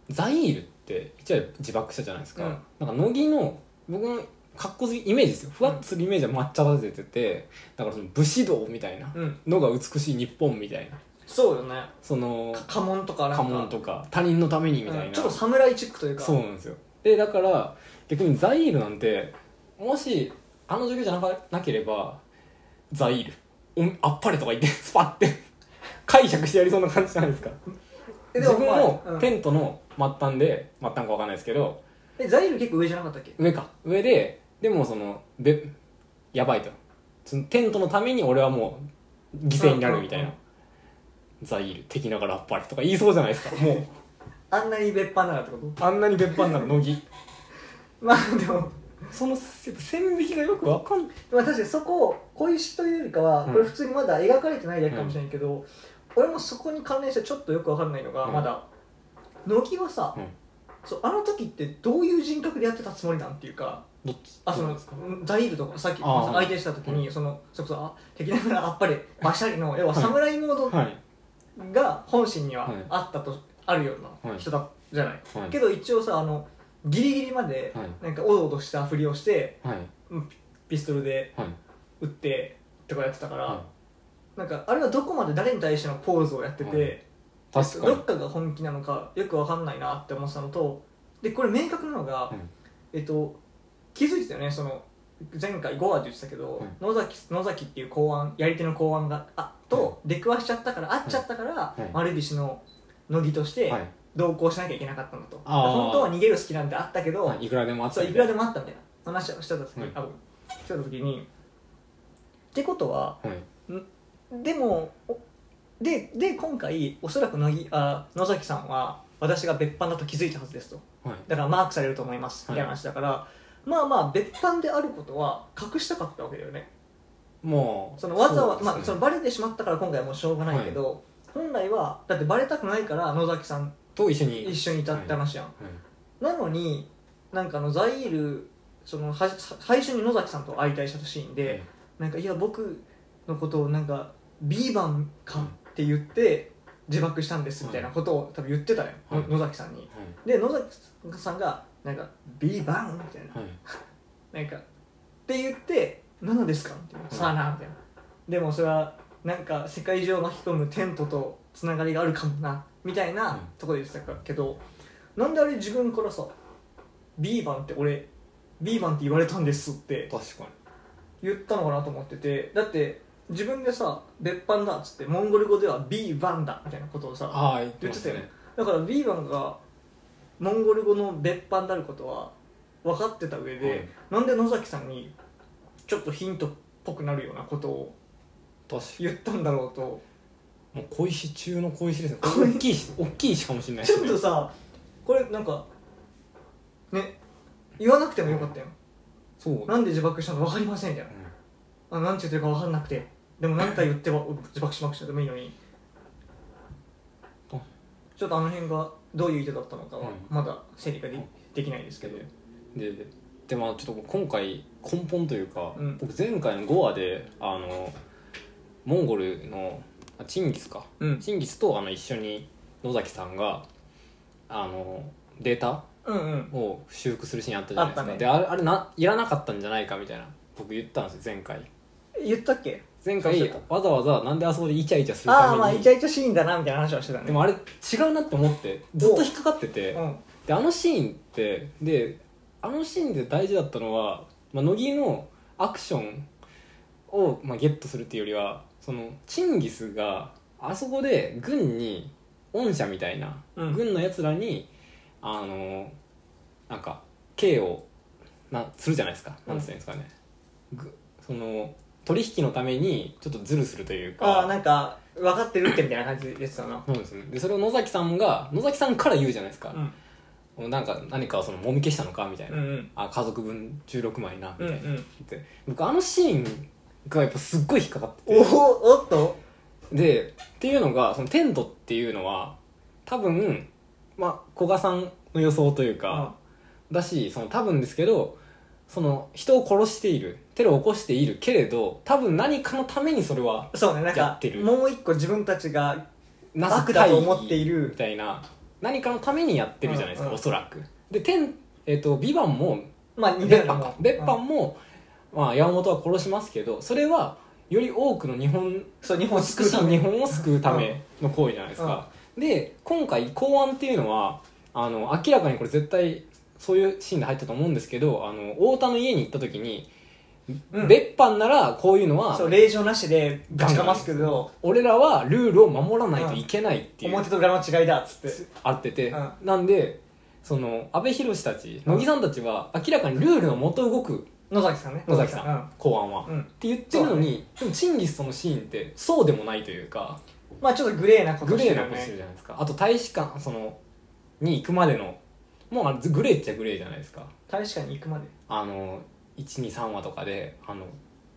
B: ザイールって一応自爆したじゃないですか、なんか乃木の僕のかっこついイメージですよふわっとするイメージは抹茶立てててだからその武士道みたいな
A: うん
B: のが美しい日本みたいな
A: そうよね
B: その
A: 家紋とかなん
B: 家
A: か
B: 紋とか他人のためにみたいな、
A: うんちょっと侍チックというか
B: そうなんですよでだから逆にザイールなんてもしあの状況じゃなかなければザイールおんあっぱれとか言って スパッて解釈してやりそうな感じじゃないですか
A: えで
B: 自
A: も
B: 分
A: まあう
B: の
A: ん
B: テントの末端で末端かわかんないですけど
A: えザイール結構上じゃなかったっけ
B: 上か上ででもそのべやばいとそのテントのために俺はもう犠牲になるみたいな、
A: うんうん
B: ザイール敵ながらあっぱれとか言いそうじゃないですかもう
A: あんなに別班ならってこと
B: あんなに別班なら乃木
A: まあ でも
B: その線引きがよくわかんない
A: まあ確かにそこを恋しというよりかは、
B: うん
A: これ普通にまだ描かれてないだけかもしれないけど、俺もそこに関連してちょっとよくわかんないのが、
B: うん
A: まだ乃木はさ、
B: うん
A: そうあの時ってどういう人格でやってたつもりなんていうか
B: どっち
A: あそのザイールとかさっき
B: あー
A: その相手した時に、そのそれこそあ敵ながらあっぱれバシャリの要は侍モード
B: はい
A: が本心には
B: はい
A: あったと、あるよう
B: は
A: ない人だじゃない、
B: はい
A: けど一応さあのギリギリまで
B: はい
A: なんかおどおどしたふりをして
B: はい
A: ピストルで
B: はい
A: 撃ってとかやってたから、
B: は
A: なんかあれはどこまで誰に対してのポーズをやってて、
B: はいい確か
A: ど
B: に
A: っかが本気なのかよくわかんないなって思ってたのとでこれ明確なのが、
B: はい
A: えっと、気づいてたよねその前回5話で言ってたけど、
B: はい
A: 野崎野崎っていう公安やり手の公安があと出くわしちゃったから会っちゃったから、
B: い
A: 丸菱の乃木として
B: はい
A: 同行しなきゃいけなかったのと、
B: あー
A: 本当は逃げる隙なんてあったけど、
B: はいいくらでもあった
A: そう
B: み
A: いく
B: た
A: ら
B: い
A: で
B: な
A: もあったみたいな話をしてた時,、
B: はい
A: あしてた時にってことは
B: はい
A: でもおでで今回おそらく乃木あ野崎さんは私が別班だと気づいたはずですと
B: はい
A: だからマークされると思いますみ
B: は
A: た
B: い
A: いな話だから、まあまあ別班であることは隠したかったわけだよね
B: もう
A: そのわざわざ、
B: そう
A: まあ、
B: です
A: そ
B: ね
A: のバレてしまったから今回はもうしょうがないけど、本来はだってバレたくないから野崎さん
B: と一緒に
A: 一緒にいたって
B: はい
A: 話やん、
B: はい
A: なのになんかあのザイールそのは最初に野崎さんと相対したシーンで、なんかいや僕のことをなんか B 番かって言って自爆したんですみたいなことを多分言ってたよ、
B: はい
A: の野崎さんにで野崎さんがなんか B 番みたいな
B: はいはい
A: なんかって言って「何なんですか?」みたいな「
B: うん
A: さあな」みたいなでもそれはなんか世界中を巻き込むテントとつながりがあるかもなみたいなとこで言ってたけど、なんであれ自分からさ「ビーバンって俺ビーバンって言われたんです」って
B: 確か
A: 言ったのかなと思っててだって自分でさ「別班だ」っつってモンゴル語では「ビーバンだ」みたいなことをさ
B: ああ言って
A: 言
B: ま
A: って
B: したた
A: よ
B: ね
A: ねだからビーバンがモンゴル語の別班であることは分かってた上で、
B: はい
A: なんで野崎さんにちょっとヒントっぽくなるようなことを
B: 確かに
A: 言ったんだろうと
B: もう小石中の小石ですね
A: 小石
B: 大きいし大きい石かもしれないで
A: ち
B: す
A: ょっ
B: ね
A: とさこれなんかね言わなくてもよかったよ
B: そううん
A: なんで自爆したの分かりませんみたいなあなんて言ってるか分かんなくてでも何回言っては自爆しまくしてでもいいのに
B: あ
A: ちょっとあの辺がどういう意図だったのかは
B: うん
A: まだ整理がでできないですけど
B: ででまあちょっと今回根本というか、
A: うん
B: 僕前回の5話であのモンゴルのあチンギスか
A: うん
B: チンギスとあの一緒に野崎さんがあのデータ
A: うんうん
B: を修復するシーンあったじゃないですか
A: あったね
B: であれあれないらなかったんじゃないかみたいな僕言ったんですよ前回
A: 言ったっけ
B: 前
A: そう
B: 回
A: そう
B: わざわざなんであそこでイチャイチャするため
A: ああ
B: に
A: まあイチャイチャシーンだなみたいな話はしてたね
B: でもあれ違うなって思ってずっと引っかかってて
A: うん
B: であのシーンってであのシーンで大事だったのは、まあ、乃木のアクションを、まあ、ゲットするっていうよりはそのチンギスがあそこで軍に御社みたいな、
A: うん
B: 軍のやつらにあのなんか刑をなするじゃないですかなんて言うんですかね、ぐその取引のためにちょっとズルするというか
A: ああなんか分かってるってみたいな感じでしたな
B: そうですねでそれを野崎さんが野崎さんから言うじゃないですか
A: う、ん
B: なんか何かそのもみ消したのかみたいな、
A: うんうん
B: あ家族分16枚な
A: う
B: み
A: んう
B: たいな、っ
A: ん
B: て僕あのシーンがやっぱすっごい引っかかって
A: おおおっと
B: てでっていうのがそのテントっていうのは多分まあ古賀さんの予想というか、だしその多分ですけどその人を殺しているテロを起こしているけれど多分何かのためにそれは
A: そうねなん
B: や
A: か
B: ってる
A: もう一個自分たちが
B: なす
A: 悪だと
B: 大義
A: 思ってい
B: み
A: る
B: たいな何かのためにやってるじゃないですか、
A: うんうん
B: おそらくで天えっ、とビバンも
A: まあ似て
B: 別
A: るの
B: 班
A: も
B: か別班も、まあ、山本は殺しますけどそれはより多くの日本
A: そう日
B: 日
A: 本
B: 本
A: を救うため
B: 日本を救うための行為じゃないですか、で今回公安っていうのはあの明らかにこれ絶対そういうシーンで入ったと思うんですけどあの太田の家に行った時に、
A: うん
B: 別班ならこういうのは
A: そう令状なしでぶちかますけど
B: 俺らはルールを守らないといけないっていう
A: 表と裏の違いだっつって
B: あってて、
A: うん
B: なんでその阿部寛たち乃木さんたちは明らかにルールのもと動く
A: 野崎さんね
B: 野崎さん、公安は、
A: うん、うん
B: って言ってるのに、でもチンギスとのシーンってそうでもないというか
A: まあちょっとグレーなこと
B: グ
A: して
B: レー
A: る
B: な
A: よ
B: ことする
A: ね
B: じゃないですかあと大使館そのに行くまでのもうあれグレーっちゃグレーじゃないですか
A: 大使館に行くまで
B: あの123話とかであの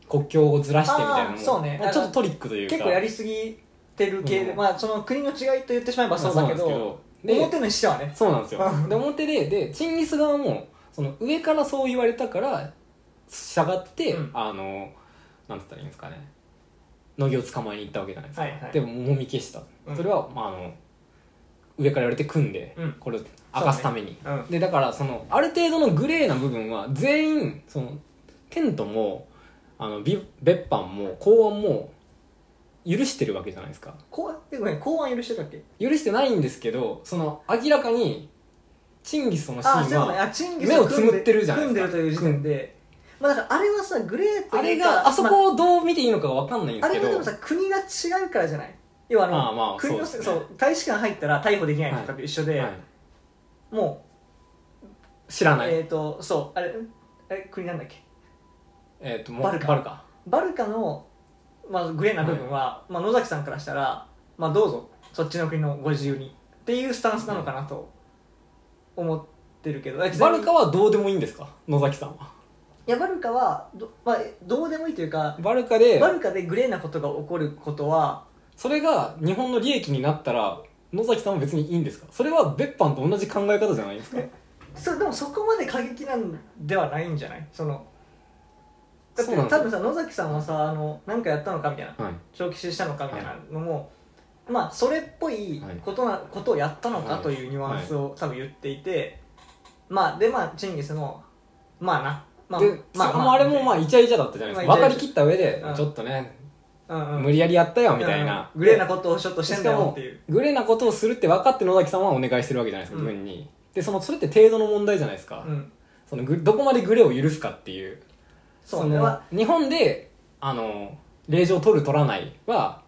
B: 国境をずらしてみたいな
A: あ
B: も
A: ーそうね
B: もちょっとトリックというか
A: 結構やりすぎてる系で、
B: うん
A: まあその国の違いと言ってしまえばそう
B: ま
A: だ
B: あ
A: けど,、
B: なんですけどで
A: 表のしてはね
B: そうなんですよ
A: うん
B: で表ででチンギス側もその上からそう言われたから従って、
A: うん
B: あのなんて言ったらいいんですかね乃木を捕まえに行ったわけじゃないですか、
A: はいはい
B: でももみ消した、
A: うん
B: それは、まあ、あの上から言われて組んで、
A: うん
B: これを明かすために、
A: うん
B: でだからそのある程度のグレーな部分は全員そのテントもあのビ別班も公安も許してるわけじゃないですか
A: 公安えごめん公安許してたっけ
B: 許してないんですけどその明らかにチンギスとのシ
A: あそう
B: ーン
A: なのね
B: は
A: あチンギス
B: 目をつむってるじゃない
A: 組んで
B: で
A: る
B: す
A: と
B: か
A: いう時点で、まあ、だからあれはさグレーと
B: あ
A: い
B: れ
A: うか
B: があそ
A: ま
B: こをどう見ていいのかわかんないんで
A: あ、あ
B: すけ
A: れはでも
B: ど
A: さ国が違うからじゃない要はあの
B: まあまあ
A: 国の
B: そ
A: せ
B: う
A: そう、
B: ですね
A: 大使館入ったら逮捕できないとかと一緒で、
B: はい
A: も
B: 知ら
A: う、
B: ない
A: えっ、とそうあれんえ国なんだっけ
B: えっともう
A: バルカ
B: バルカ
A: バルカの、まあ、グレーな部分は、まあ、野崎さんからしたら、まあ、どうぞそっちの国のご自由にっていうスタンスなのかなと思っってるけどバ
B: バルカはどうでもいいんですか野崎さんはい
A: やバルカはど,、まあ、どうでもいいというか
B: バルカで
A: バルカでグレーなことが起こることは
B: それが日本の利益になったら野崎さんは別にいいんですかそれは別班と同じ考え方じゃないですか
A: そでもそこまで過激なんではないんじゃないそのだって
B: そうなんで
A: 多
B: すよ
A: 分さ野崎さんはさあのなんかやったのかみたいな
B: はい
A: 長期死したのかみたいなのも、まあそれっぽいことな、ことをやったのかというニュアンスを多分言っていて、まあでまあチンギスもまあなまあ
B: で、まああ、れもまあイチャイチャだったじゃないですか、
A: まあイチャイ
B: 分
A: チャ
B: かりきった上で、
A: うん
B: ちょっとね、
A: うんうん、
B: 無理やりやったよみたいな、
A: うんグレーなことをちょっとしてんだよっていう
B: でグレーなことをするって分かって野崎さんはお願いしてるわけじゃないですか、
A: うん
B: 軍にでそのそれって程度の問題じゃないですか、
A: うん
B: そのグどこまでグレーを許すかっていう
A: そう
B: そ
A: ね
B: の
A: ま
B: 日本であの令状取る取らないは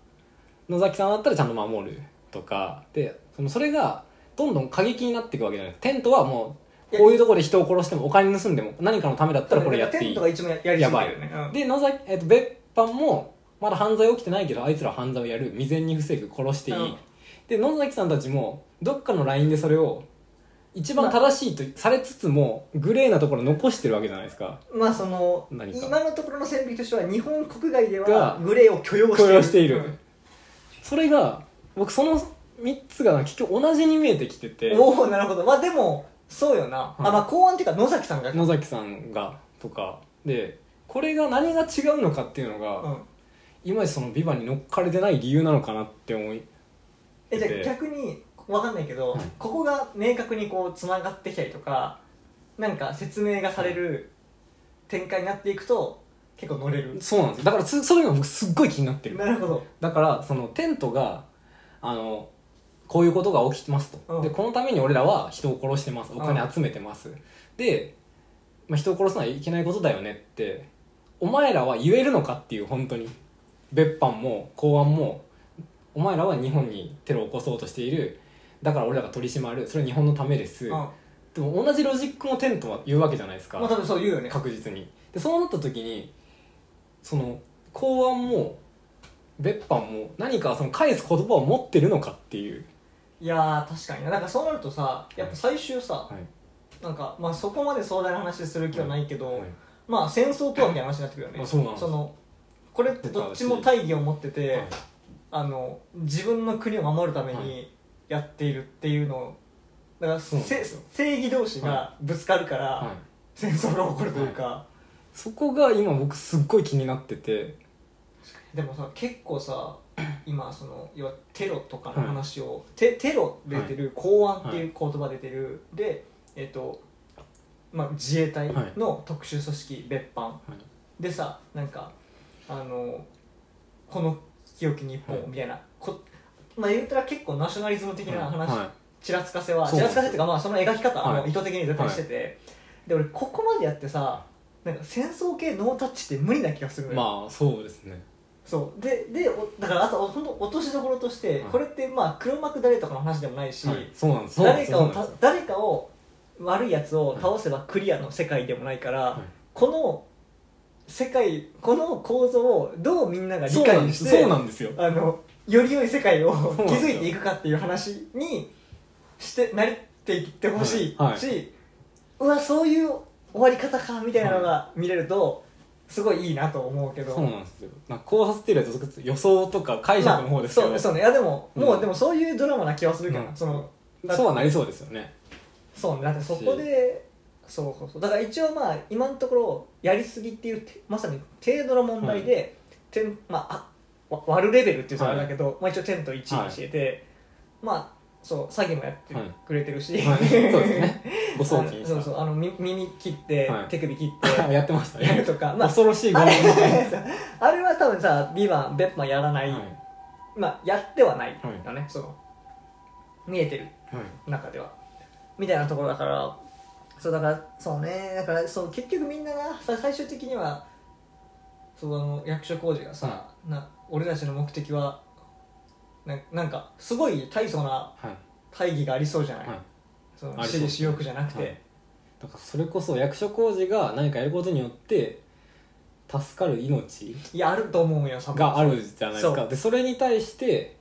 B: 野崎さんだったらちゃんと守るとかでそのそれがどんどん過激になっていくわけじゃないですかテントはもうこういうところで人を殺してもお金盗んでも何かのためだったらこれやってい
A: テン
B: い
A: トが一番やりすぎてるよね、うん
B: で野崎、えっと別班もまだ犯罪起きてないけどあいつらは犯罪をやる未然に防ぐ殺していい、
A: うん
B: で野崎さんたちもどっかのラインでそれを一番正しいとされつつもグレーなところ残してるわけじゃないですか
A: まあその
B: 何か
A: 今のところの線引きとしては日本国外では
B: が
A: グレーを許容してい
B: 許
A: る
B: 容している、
A: うん
B: それが僕その3つが結局同じに見えてきてて
A: おおなるほどまあでもそうよな、
B: うん
A: あまあ公安っていうか野崎さんが、うん
B: 野崎さんがとかでこれが何が違うのかっていうのが、いまいちその「ビバに乗っかれてない理由なのかなって思い
A: えじゃあ
B: で
A: 逆にわかんないけど、
B: はい
A: ここが明確にこうつながってきたりとかなんか説明がされる展開になっていくと結構乗れる、
B: そうなんですよだからつそういうの僕すっごい気になってる
A: なるほど
B: だからそのテントがあのこういうことが起きますと、
A: うん
B: でこのために俺らは人を殺してますお金集めてます、で、まあ、人を殺すのはいけないことだよねってお前らは言えるのかっていう本当に別班も公安もお前らは日本にテロを起こそうとしているだから俺らが取り締まるそれは日本のためです、
A: うんま
B: でも同じロジックもテントは言うわけじゃないですか、
A: あ多分そう言うよね
B: 確実にでそうなった時にその公安も別班も何かその返す言葉を持ってるのかっていう、
A: いやー確かにななんかそうなるとさやっぱ最終さ、なんかまあそこまで壮大な話する気はないけど、まあ戦争とはみたいな話になってくるよね、
B: まあそうなんです
A: そのこれってどっちも大義を持ってて、あの自分の国を守るため
B: は
A: にやっているっていうのをだから
B: そうなん
A: せ
B: ですよ
A: 正義同士がぶつかるから、
B: はい
A: 戦争が起こるというか、
B: そこが今僕すっごい気になってて
A: でもさ結構さ今その要はテロとかの話を、テテロ出てる、公安っていう言葉出てる、でえっ、とまあ、自衛隊の特殊組織別班、でさなんかあのこの清き日本
B: はい
A: みたいな、こまあ言ったら結構ナショナリズム的な話、
B: は
A: ちらつかせは
B: そ
A: ち
B: う
A: ら
B: な
A: つ
B: んです
A: かせっていうかまあその描き方
B: はい
A: も意図的に絶対してて、で俺ここまでやってさなんか戦争系ノータッチって無理な気がする
B: い
A: のよ、
B: まあそうですね
A: そうででおだからあと本当落としどころとして、
B: はい
A: これってまあ黒幕誰とかの話でもないし、
B: はいそうなんですそうなんで
A: 誰
B: す
A: かを
B: そうなん
A: た
B: です
A: 誰かを悪いやつを倒せばクリアの世界でもないから、
B: はい
A: この世界この構造をどうみんなが理
B: そうなん
A: 解
B: で
A: し
B: す
A: て
B: そうなんですよ
A: あのより良い世界を
B: そうなんですよ
A: 築いていくかっていう話にしてなっていってほしいし、
B: はいはいう
A: わそういう終わり方かみたいなのが見れるとすごいいいなと思うけど。
B: そうなんですよなんか考察っていうよりはちょっと予想とか解釈の方ですけど、
A: まあ
B: そ
A: そうそうねいやでも、も
B: う
A: うんでもそういうドラマな気はするけど、
B: うん
A: その
B: うはなりそうです よね
A: そうねだってそこでそうそうそうだから一応まあ今のところやりすぎっていうてまさに程度の問題で、てんまああわ割るレベルっていうとあれだけど、まあ、一応テント1位にしてて、まあそう詐欺もやって
B: はい
A: くれてるし、
B: はいそうですねご
A: あ
B: 葬
A: の
B: 儀に
A: そう
B: し
A: そうあのみ耳切って、
B: はい
A: 手首切
B: た
A: っ
B: やってました
A: てやる
B: ね
A: と か、まあ、
B: 恐ろしいご
A: あ
B: め
A: れ
B: んなさい
A: あれは多分さ「ビバン別班やらない、
B: はい
A: まあ、やってはないよね、その見えてる
B: はい
A: 中ではみたいなところだからそうだからそうねだからそう結局みんながさ最終的にはそうあの役所広司がさ、な俺たちの目的はななんかすごい大層な
B: はい
A: 大義がありそうじゃない、
B: はい
A: その
B: あり
A: 私
B: そう
A: 利私欲じゃなくて、
B: はいだからそれこそ役所広司が何かやることによって助かる命
A: い、やあると思うよサ
B: があるじゃないですかでそれに対して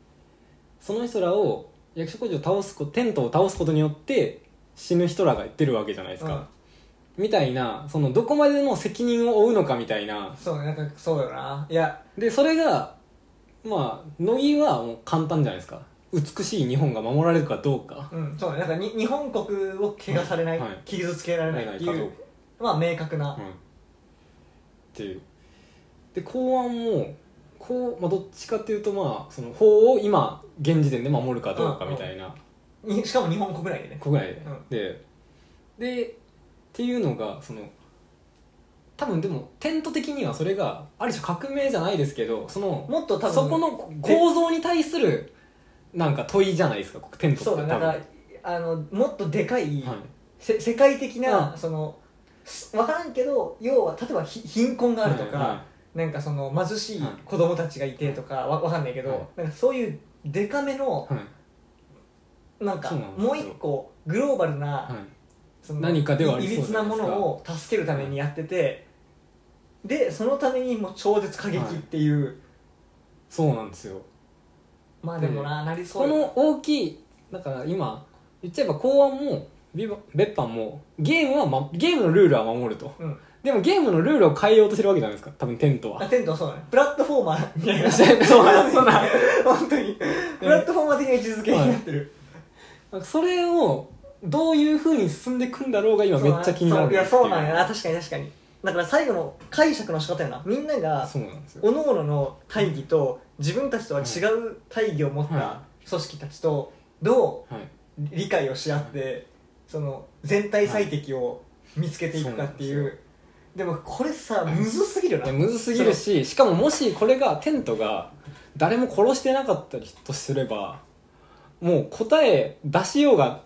B: その人らを役所広司を倒すこテントを倒すことによって死ぬ人らが言ってるわけじゃないです
A: うん
B: か、みたいなそのどこまでの責任を負うのかみたいな
A: そうねなんかそうよないや
B: でそれがまあ乃木はもう簡単じゃないですか美しい日本が守られるかどうか
A: うんそうねなんかに日本国を怪我されない、
B: うんはい
A: 傷つけられないってい
B: かどう
A: う
B: か
A: まあ明確な、
B: うんっていうで公安もこう、まあ、どっちかっていうとまあその法を今現時点で守るかどうかみたいな
A: にしかも日本国内でね
B: 国内で、
A: うん
B: ででっていうのがその多分でもテント的にはそれがある種革命じゃないですけどその
A: もっと多分
B: そこの構造に対するなんか問いじゃないですかテントって
A: そ
B: 多
A: うだ
B: 分
A: なん
B: は
A: か
B: い
A: あのもっとでかい、せ世界的な、
B: う
A: そのすわからんけど要は例えばひ貧困があるとか、
B: はいはい
A: なんかその貧しい子供たちがいてとか、わわかんないけど、
B: は
A: なんかそういうデカめの
B: はい
A: なんか
B: そうなんですよ
A: もう一個グローバルな、
B: はい
A: その
B: 何かではありそう
A: いびつなものを助けるためにやってて、でそのためにもう超絶過激っていう、
B: そうなんですよ
A: まあでもな、なりそ
B: こ
A: うよ
B: の大きいだから今言っちゃえば公安もビバ別班もゲームは、ま、ゲームのルールは守ると
A: うん
B: でもゲームのルールを変えようとしてるわけじゃないですか多分テント
A: あ
B: は
A: テントはそうだねプラットフォーマーみたいな
B: そうなんそうなん
A: 本当にプラットフォーマー的な位置づけになってる、
B: なんかそれをどういうふうに進んでいくんだろうが今めっちゃ気になる
A: そういやそうなんやな確かに確かにだから最後の解釈の仕方やなみんなが
B: そうなんですよ
A: 各々の大義と自分たちとは違う大義を持った
B: は
A: 組織たちとど
B: はいう
A: 理解をし合ってその全体最適を見つけていくかっていう,、
B: はい
A: でもこれさむずすぎる
B: いや
A: な
B: むずすぎるししかももしこれがテントが誰も殺してなかったりとすればもう答え出しようが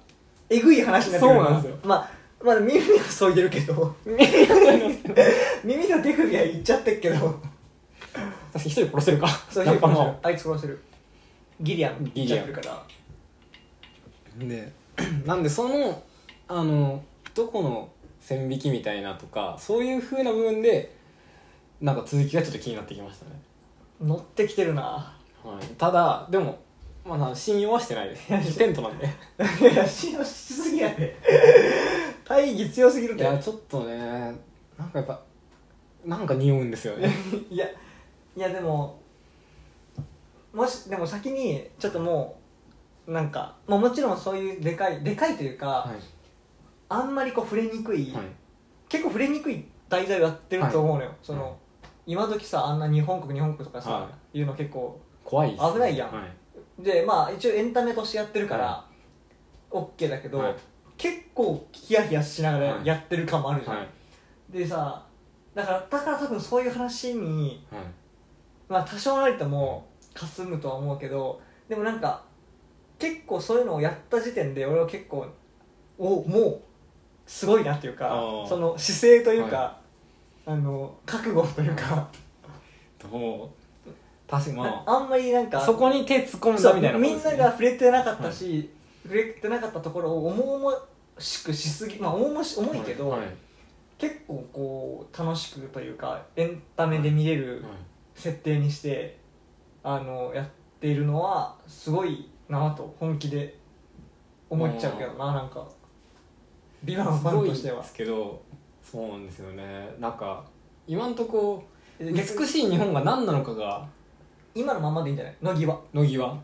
A: えぐい話になってくる
B: そうなんですよ
A: まあまあ耳はそいでるけ ど耳と手首は言っちゃってっけど
B: 確かに一人殺せるか
A: そう
B: 仲間を
A: あいつ殺してるギリアン言っちゃってるから
B: で なんでそのあのどこの線引きみたいなとかそういうふうな部分でなんか続きがちょっと気になってきましたね、
A: 乗ってきてるな
B: ただでもまあな信用はしてない ですテントなんで
A: いや信用しすぎやで大義強すぎるっ
B: い
A: てい
B: やちょっとねなんかやっぱなんか匂うんですよね
A: やいやでももしでも先にちょっともうなんか、まあ、もちろんそういうでかいでかいというか、
B: はい
A: あんまりこう触れにくい、
B: はい
A: 結構触れにくい題材をやってると思うのよ、その、今時さあんな日本国日本国とかさ、
B: は
A: いうの結構
B: 怖いです、
A: 危ないやん
B: はい
A: でまあ一応エンタメとしてやってるから、オッ OK だけど、
B: はい
A: 結構ヒヤヒヤしながら
B: はい
A: やってる感もあるじゃん、
B: はい
A: でさだからだから多分そういう話に、
B: はい
A: まあ、多少なりともかすむとは思うけどでもなんか結構そういうのをやった時点で俺は結構おもうすごいなっていうか
B: あー
A: その姿勢というか、
B: は
A: あの覚悟というか、
B: どう確かにま
A: あんまりなんか
B: あそこに手突っ込ん
A: そ
B: だ
A: う
B: みたいなこ
A: み
B: とで
A: ん
B: すね
A: なが触れてなかったし、触れてなかったところを重々しくしすぎまあ重々し重いけど、
B: はいはい
A: 結構こう楽しくというかエンタメで見れる
B: はい
A: 設定にして、あのやっているのはすごいなと本気で思っちゃうけどななんか「ビバのファンとしては
B: すごいですけどそうなんですよねなんか今んとこ
A: え
B: 美
A: 逆に
B: しい日本が何なのかが
A: 今のままでいいんじゃない乃木は
B: 乃 木は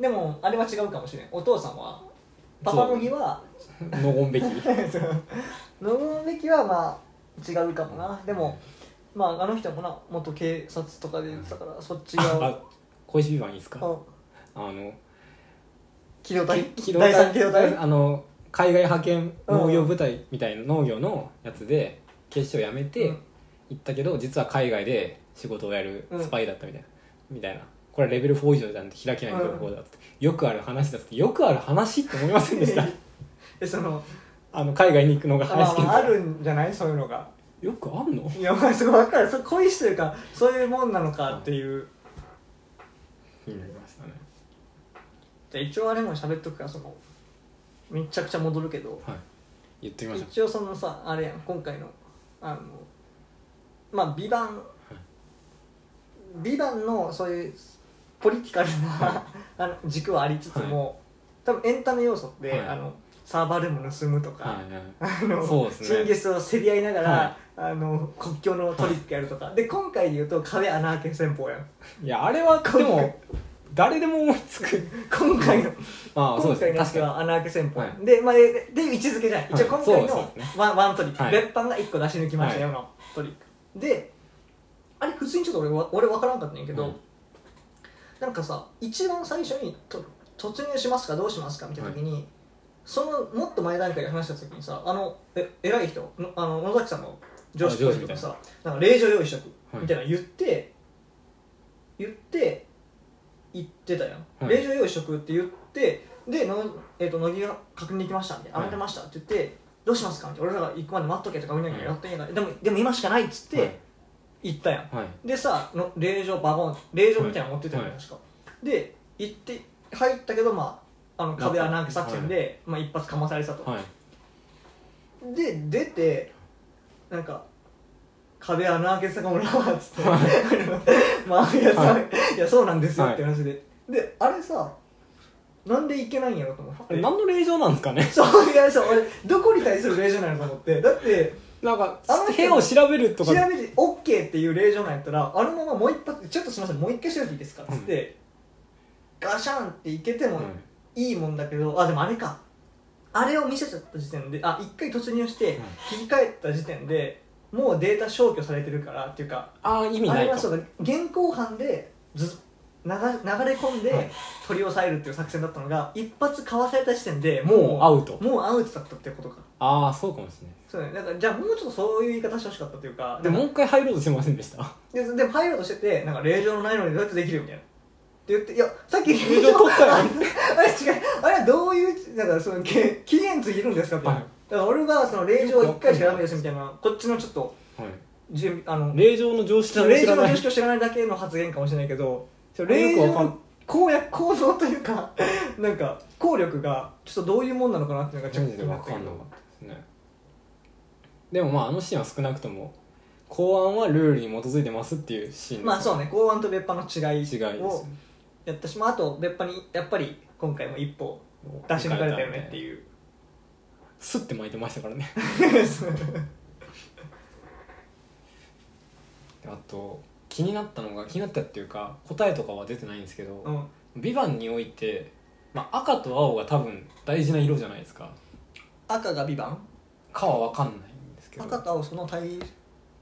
A: でもあれは違うかもしれんお父さんはパパ乃木は
B: のごんべき
A: そう飲むべきはまあ違うかもなでもまああの人もな元警察とかで言ってたからそっち側
B: あ小石ビバンいいですか
A: うん
B: あの
A: 機動隊
B: 機動
A: 第三機動隊
B: あの海外派遣農業部隊みたいな農業のやつで警視庁辞めて
A: うん
B: 行ったけど、実は海外で仕事をやるスパイだったみたいな、みたいなこれレベル4以上じゃんって開けない情報だっつって、よくある話だっつってよくある話って思いません でした
A: えその
B: あの海外に行くのが
A: あ,、ま
B: 話
A: あ、まああるんじゃないそういうのが
B: よくあんの
A: いやまあそこ分かるそれ恋してるかそういうもんなのかっていう
B: 気になりましたね
A: じゃあ一応あれも喋っとくからそのめちゃくちゃ戻るけど
B: はい言ってみましょ
A: 一応そのさあれやん今回のあのまあ「美版美版のそういうポリティカルな、あの軸はありつつも、多分エンタメ要素って、
B: はい
A: あのサーバールーム盗むとか、
B: はいは
A: あ
B: い
A: の
B: そうですね
A: チンギスを競り合いながら、
B: は
A: あの国境のトリックやるとか、で今回で言うと壁穴開け戦法やん
B: いやあれは
A: 今回
B: でも誰でも思いつく
A: 今回の
B: まあそう
A: 今
B: です
A: 回
B: ね
A: のや
B: 確
A: つ
B: か
A: は穴開け戦法、
B: はい
A: で,、まあ、でで位置づけじゃない一応今回
B: はい
A: の
B: そうです
A: ワン,、ワントリック、
B: はい
A: 別班が1個出し抜きましたよの、トリックであれ普通にちょっと俺わ俺分からんかったんやけど、
B: うん
A: なんかさ一番最初にと突入しますかどうしますかみたいな時に、そのもっと前段階で話した時にさあのえ偉い人のあの野崎さんの上司
B: あ
A: の
B: 上司
A: 人
B: みた
A: が
B: いな
A: さなんか令状用意しとく
B: はい
A: みたいなの言って、言って言ってたやん、
B: はい
A: 令状用意しとくって言ってでの、えー、と乃木が確認できましたみたいな
B: はい
A: 上げてましたって言って、どうしますかみたいな俺らが行くまで待っとけとかみんなにやってんやから、でもでも今しかないっつっ
B: はい
A: て行ったやん、
B: はい
A: でさの令状バボン令状みたいなの持ってたよね、
B: はい
A: 確かで行って入ったけどまああの壁穴開け作戦で、まあ、一発かまされてたと、
B: はい
A: で出てなんか壁穴開けてたかもなっつって「 まあいや,、
B: は
A: んいやそうなんですよ」
B: はい
A: って話で、であれさなんでいけないんやろと思っ
B: あれ
A: て
B: 何の令状なんですかね
A: そういやそう俺どこに対する令状なんやと思ってだって
B: なんか
A: あの人
B: 部屋を調べると
A: 調
B: か
A: べて OK っていう令状なんやったらあのままもう一発「ちょっとすみませんもう一回調べていいですか」っつって、ガシャンっていけても
B: はい
A: いいもんだけど、あでもあれかあれを見せちゃった時点であ一回突入して引き返った時点でもうデータ消去されてるからっていうか
B: ああ意味
A: あ
B: な
A: れ
B: い
A: は
B: と
A: そうだ現行犯でず流流れ込ん
B: は
A: で
B: い
A: 取り押さえるっていう作戦だったのが一発かわされた時点でもう
B: もうアウト
A: もうアウトだったってことか
B: ああそうかもしれない
A: そうねだからじゃあもうちょっとそういう言い方してほしかったっていうか
B: でもう一回入ろうとしてませんでした
A: ででパイロットしててなんか令状のないのにどうやってできるみたいなって言っていやさっき
B: 令状取った よ
A: あれ違うあれはどういうなんかそのけ期限ついてるんですかって、
B: はい
A: だから俺がその令状1回しかダメですみたいなこっちのちょっと
B: はい
A: 準備あの
B: 令状の常識
A: その
B: を
A: 令
B: 知
A: 状
B: ら
A: の
B: ない
A: 常識を知らないだけの発言かもしれないけど
B: あ
A: 令
B: よ
A: 状
B: くわかん
A: の公約構造というか なんか効力がちょっとどういうもんなのかなっていうのがちょっ
B: マ
A: と
B: ジ
A: 気
B: で
A: に
B: 分
A: な
B: か
A: ったけど
B: んなかったですねでもまああのシーンは少なくとも公安はルールに基づいてますっていうシーンです
A: まあそうね公安と別班の違い
B: 違いです
A: を
B: ね
A: やったし、まあ、あと別班にやっぱり今回も一歩出し抜かれたよねって
B: う
A: いう
B: スッて巻いてましたから ねあと気になったのが気になったっていうか答えとかは出てないんですけど「
A: うん
B: ビバンにおいて、まあ、赤と青が多分大事な色じゃないですか
A: 赤が美版
B: かは分かんないんですけど
A: 赤と青その対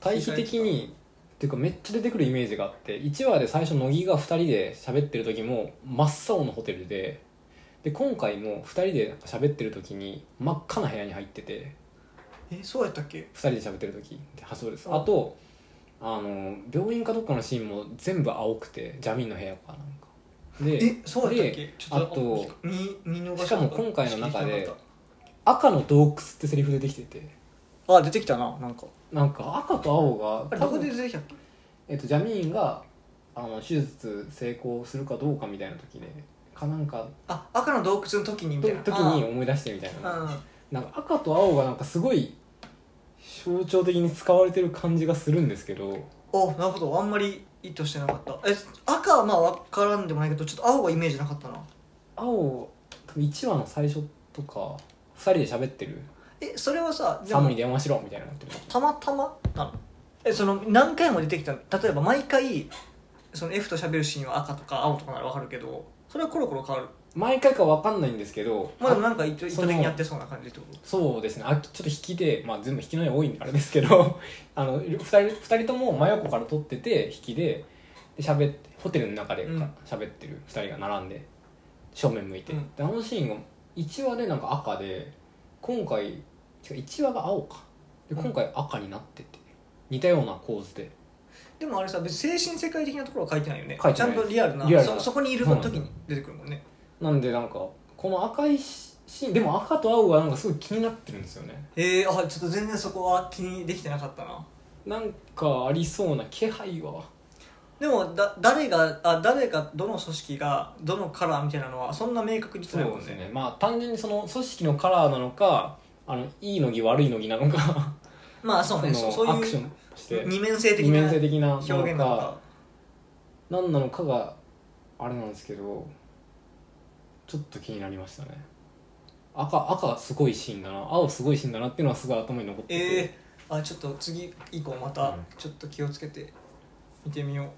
B: 対比的にっていうかめっちゃ出てくるイメージがあって1話で最初乃木が2人で喋ってる時も真っ青のホテルでで今回も2人でなんか喋ってる時に真っ赤な部屋に入ってて
A: えそうやったっけ
B: 2人で喋ってる時であそうです
A: あ
B: あとあの病院かどっかのシーンも全部青くてジャミンの部屋かなんかで
A: えそうやったっけちょっ
B: あと
A: 見見逃
B: し
A: た
B: かも今回の中
A: 聞いて
B: で
A: なかっ
B: 「赤の洞窟」ってセリフ出てきてて
A: たあ出てきたななんか
B: なんか赤と青が
A: あれど
B: 多
A: こ
B: 分
A: で出てきたっけ
B: えっと、ジャミーンがあの手術成功するかどうかみたいな時でかなんか
A: あ赤の洞窟の時にみ
B: と
A: たい
B: 時
A: な
B: に思い出してみたい
A: あ
B: な
A: あ
B: なんか赤と青がなんかすごい象徴的に使われてる感じがするんですけど
A: うんおなるほどあんまり意図してなかったえ赤はまあ分からんでもないけどちょっと青はイメージなかったな
B: 青多分1話の最初とか2人で喋ってる
A: えそれはさ
B: 「
A: でも
B: サムに電話しろ」みたいなのやってる時
A: たまたまなのえその何回も出てきた例えば毎回その F と喋るシーンは赤とか青とかなら分かるけどそれはコロコロ変わる
B: 毎回かわかんないんですけど、
A: まあでも
B: あ
A: なんか一応意図的にやってそうな感じってこと
B: そうですねあちょっと引きで、まあ、全部引きの絵多いんであれですけど あの2人二人とも真横から撮ってて引きでで喋ってホテルの中で
A: うん
B: 喋ってる2人が並んで正面向いて、
A: うん
B: であのシーンが1話でなんか赤で今回違う1話が青かで
A: うん
B: 今回赤になってて似たような構図で
A: でもあれさ別に精神世界的なところは書いてないよね
B: 書いてない
A: ちゃんとリアルな
B: リアルな
A: そそこにいる時に出てくるもんね、
B: なんでなんかこの赤いシシーンでも赤と青がなんかすごい気になってるんですよね
A: へえあちょっと全然そこは気にできてなかったな
B: なんかありそうな気配は
A: でもだ誰があ誰がどの組織がどのカラーみたいなのはそんな明確に言って
B: そう
A: ないもん
B: です
A: ね
B: ねまあ単純にその組織のカラーなのかあのいいのぎ悪いのぎなのか
A: まあそうねそ
B: の
A: そう
B: アクシ
A: い
B: ョ
A: う
B: ンとして
A: 二面性的
B: 二
A: な
B: 面性的な
A: 表
B: の
A: 現なの
B: か
A: か
B: 何なのかがあれなんですけどちょっと気になりましたね赤赤すごいシーンだな青すごいシーンだなっていうのはすごい頭に残ってて、
A: えー、あちょっと次以降また
B: うん
A: ちょっと気をつけて見てみよう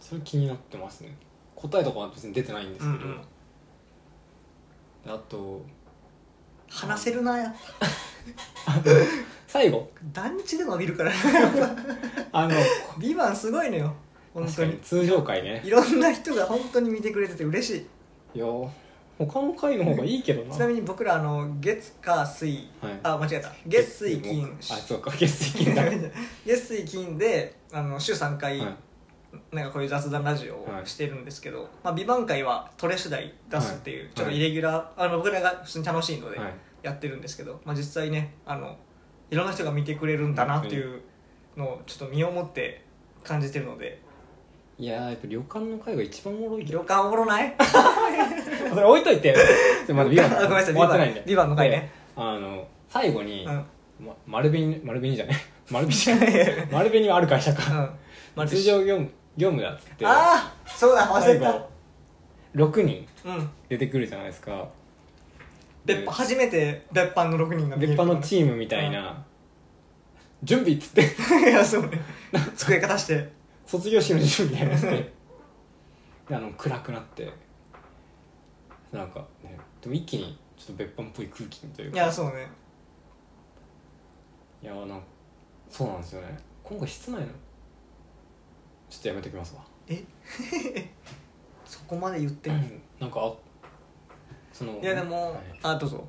B: それ気になってますね答えとかは別に出てないんですけど、
A: うん
B: であと
A: 話せるなやっぱ
B: 最後
A: 団地でも見るから
B: あの
A: ビバンすごいのよ 本
B: 確
A: 当
B: かに
A: に
B: 通常回ね
A: いろんな人が本当に見てくれてて嬉しい
B: いやー他の回の方がいいけどな
A: ちなみに僕らあの月火水
B: はい、
A: あ間違えた月水金
B: 木あそうか月水 金だはい、
A: 月水金であの週3回、
B: はい
A: なんかこういう雑談ラジオを
B: はい
A: してるんですけど、まあ、美版会は取れ次第出すっていう、
B: はい
A: ちょっとイレギュラー、あの僕らが普通に楽しいのでやってるんですけど、まあ、実際ねあのいろんな人が見てくれるんだなっていうのをちょっと身をもって感じてるので
B: いやーやっぱ旅館の回が一番おもろいけど
A: 旅館おもろない
B: それ置いといてち ょっとまだビバン
A: あごめんなさい
B: 終わってないんで
A: ビバンの回ね、
B: あの最後に、
A: うん
B: ま、丸紅丸紅 じゃない丸紅じゃない丸紅はある会社か
A: うん
B: 通常業務業務だっつって
A: ああそうだ忘れ
B: 最
A: た
B: 後6人
A: うん
B: 出てくるじゃないですか
A: 別
B: で
A: 班初めて別班の6人が見え
B: 別
A: る
B: 班 のチームみたいな準備っつって
A: いやそうね机方して
B: 卒業式の準備やらせてであの暗くなってなんかねでも一気にちょっと別班っぽい空気という
A: い
B: か
A: やそうね
B: いやなんかそうなんですよね今回室内のちょっとやめときますわ
A: そこまで言って
B: うんなんかあその
A: いやでも、
B: はい
A: あどうぞ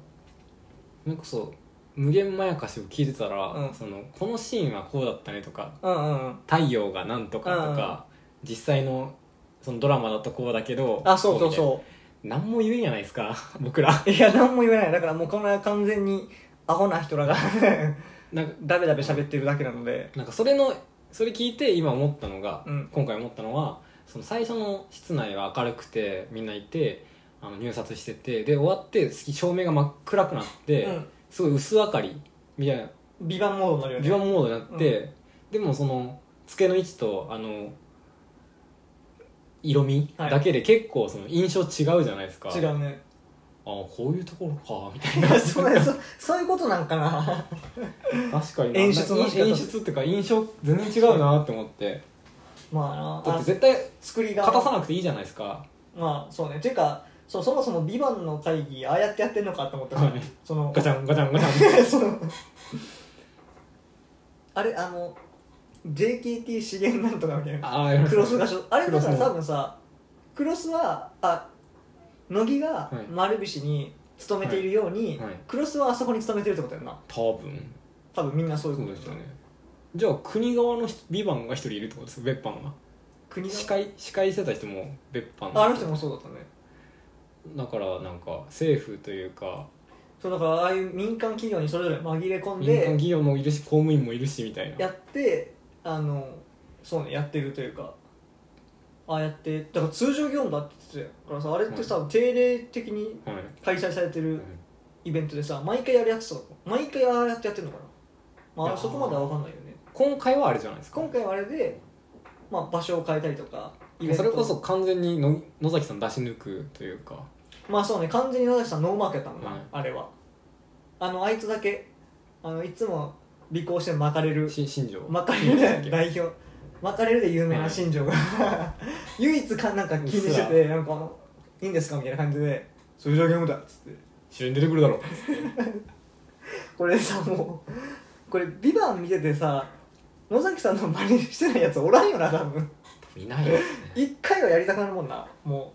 B: それこそ無限まやかしを聞いてたら、
A: うん
B: そのこのシーンはこうだったねとか
A: うんうんうん
B: 太陽がなんとかとか、実際のそのドラマだとこうだけど
A: あそうそうそう
B: 何も言えんやないですか僕ら
A: ういや何も言えないだからもうこの完全にアホな人らが
B: なんか
A: ダベダベ喋ってるだけなので
B: なんかそれのそれ聞いて今思ったのが、
A: うん
B: 今回思ったのはその最初の室内は明るくてみんないてあの入札しててで終わってすき照明が真っ暗くなって、
A: うん
B: すごい薄明かりみたいな
A: 美版モードになるよね
B: ビバンモードになって、でもその机の位置とあの色味
A: はい
B: だけで結構その印象違うじゃないですか、
A: 違うね
B: ああこういうところかみた
A: い
B: い
A: や
B: な
A: そうやそうそういうことなんかな
B: 確かにな
A: 演出の仕方
B: 演出っていうか印象全然違うなって思って
A: まあ
B: だっ
A: なあ
B: て絶対
A: 作りが
B: 勝たさなくていいじゃないですか
A: まあそうねっていうかそうそもそも「美版の会議ああやってやってんのかと思ったから、
B: はい
A: その
B: ガチャンガチャンガチ ャン
A: そのあれあの JKT 資源なんとかみたいな
B: ああやりま
A: ク
B: し
A: ロスがしょあれだから
B: クロスも
A: 多分さクロスはあ乃木が
B: はい
A: 丸菱に勤めているように、
B: はいはい
A: クロスはあそこに勤めてるってことやんな
B: た多分
A: 多分みんなそういう
B: そ
A: こ
B: う
A: と
B: ですよねじゃあ国側の人ビバンが一人いるってことですよ別班が
A: 国
B: 司
A: が
B: 会司会してた人も別班
A: ああの人もそうだったね
B: だからなんか政府というか
A: そうだからああいう民間企業にそれぞれ紛れ込ん
B: 民間
A: で
B: 企業もいるし公務員もいるしみたいな
A: やってあのそうねやってるというかああやってだから通常業務だって言ってたよだからさあれってさ、定例的に
B: はい、
A: 開催されて
B: う
A: る
B: ん
A: イベントでさ毎回やるやつとか毎回ああやってやってるのかな、まあ、そこまでは分かんないよね
B: 今回はあれじゃないですか
A: 今回はあれで、まあ、場所を変えたりとかイベント
B: それこそ完全にの野崎さん出し抜くというか
A: まあそうね完全に野崎さんノーマークやったもんな、
B: はい
A: あれはあのあいつだけあのいつも尾行して巻かれる
B: し新庄
A: 巻かれるね代表巻かれるで有名な新庄が、唯一かなんか気にして
B: う
A: てなんかあのいいんですかみたいな感じで「それじゃゲームだ」っつって
B: 主演出てくるだろう
A: これさもうこれ「ビバン見ててさ野崎さんの真似してないやつおらんよな多分
B: いないよ、ね、
A: 一回はやりたくなるもんなも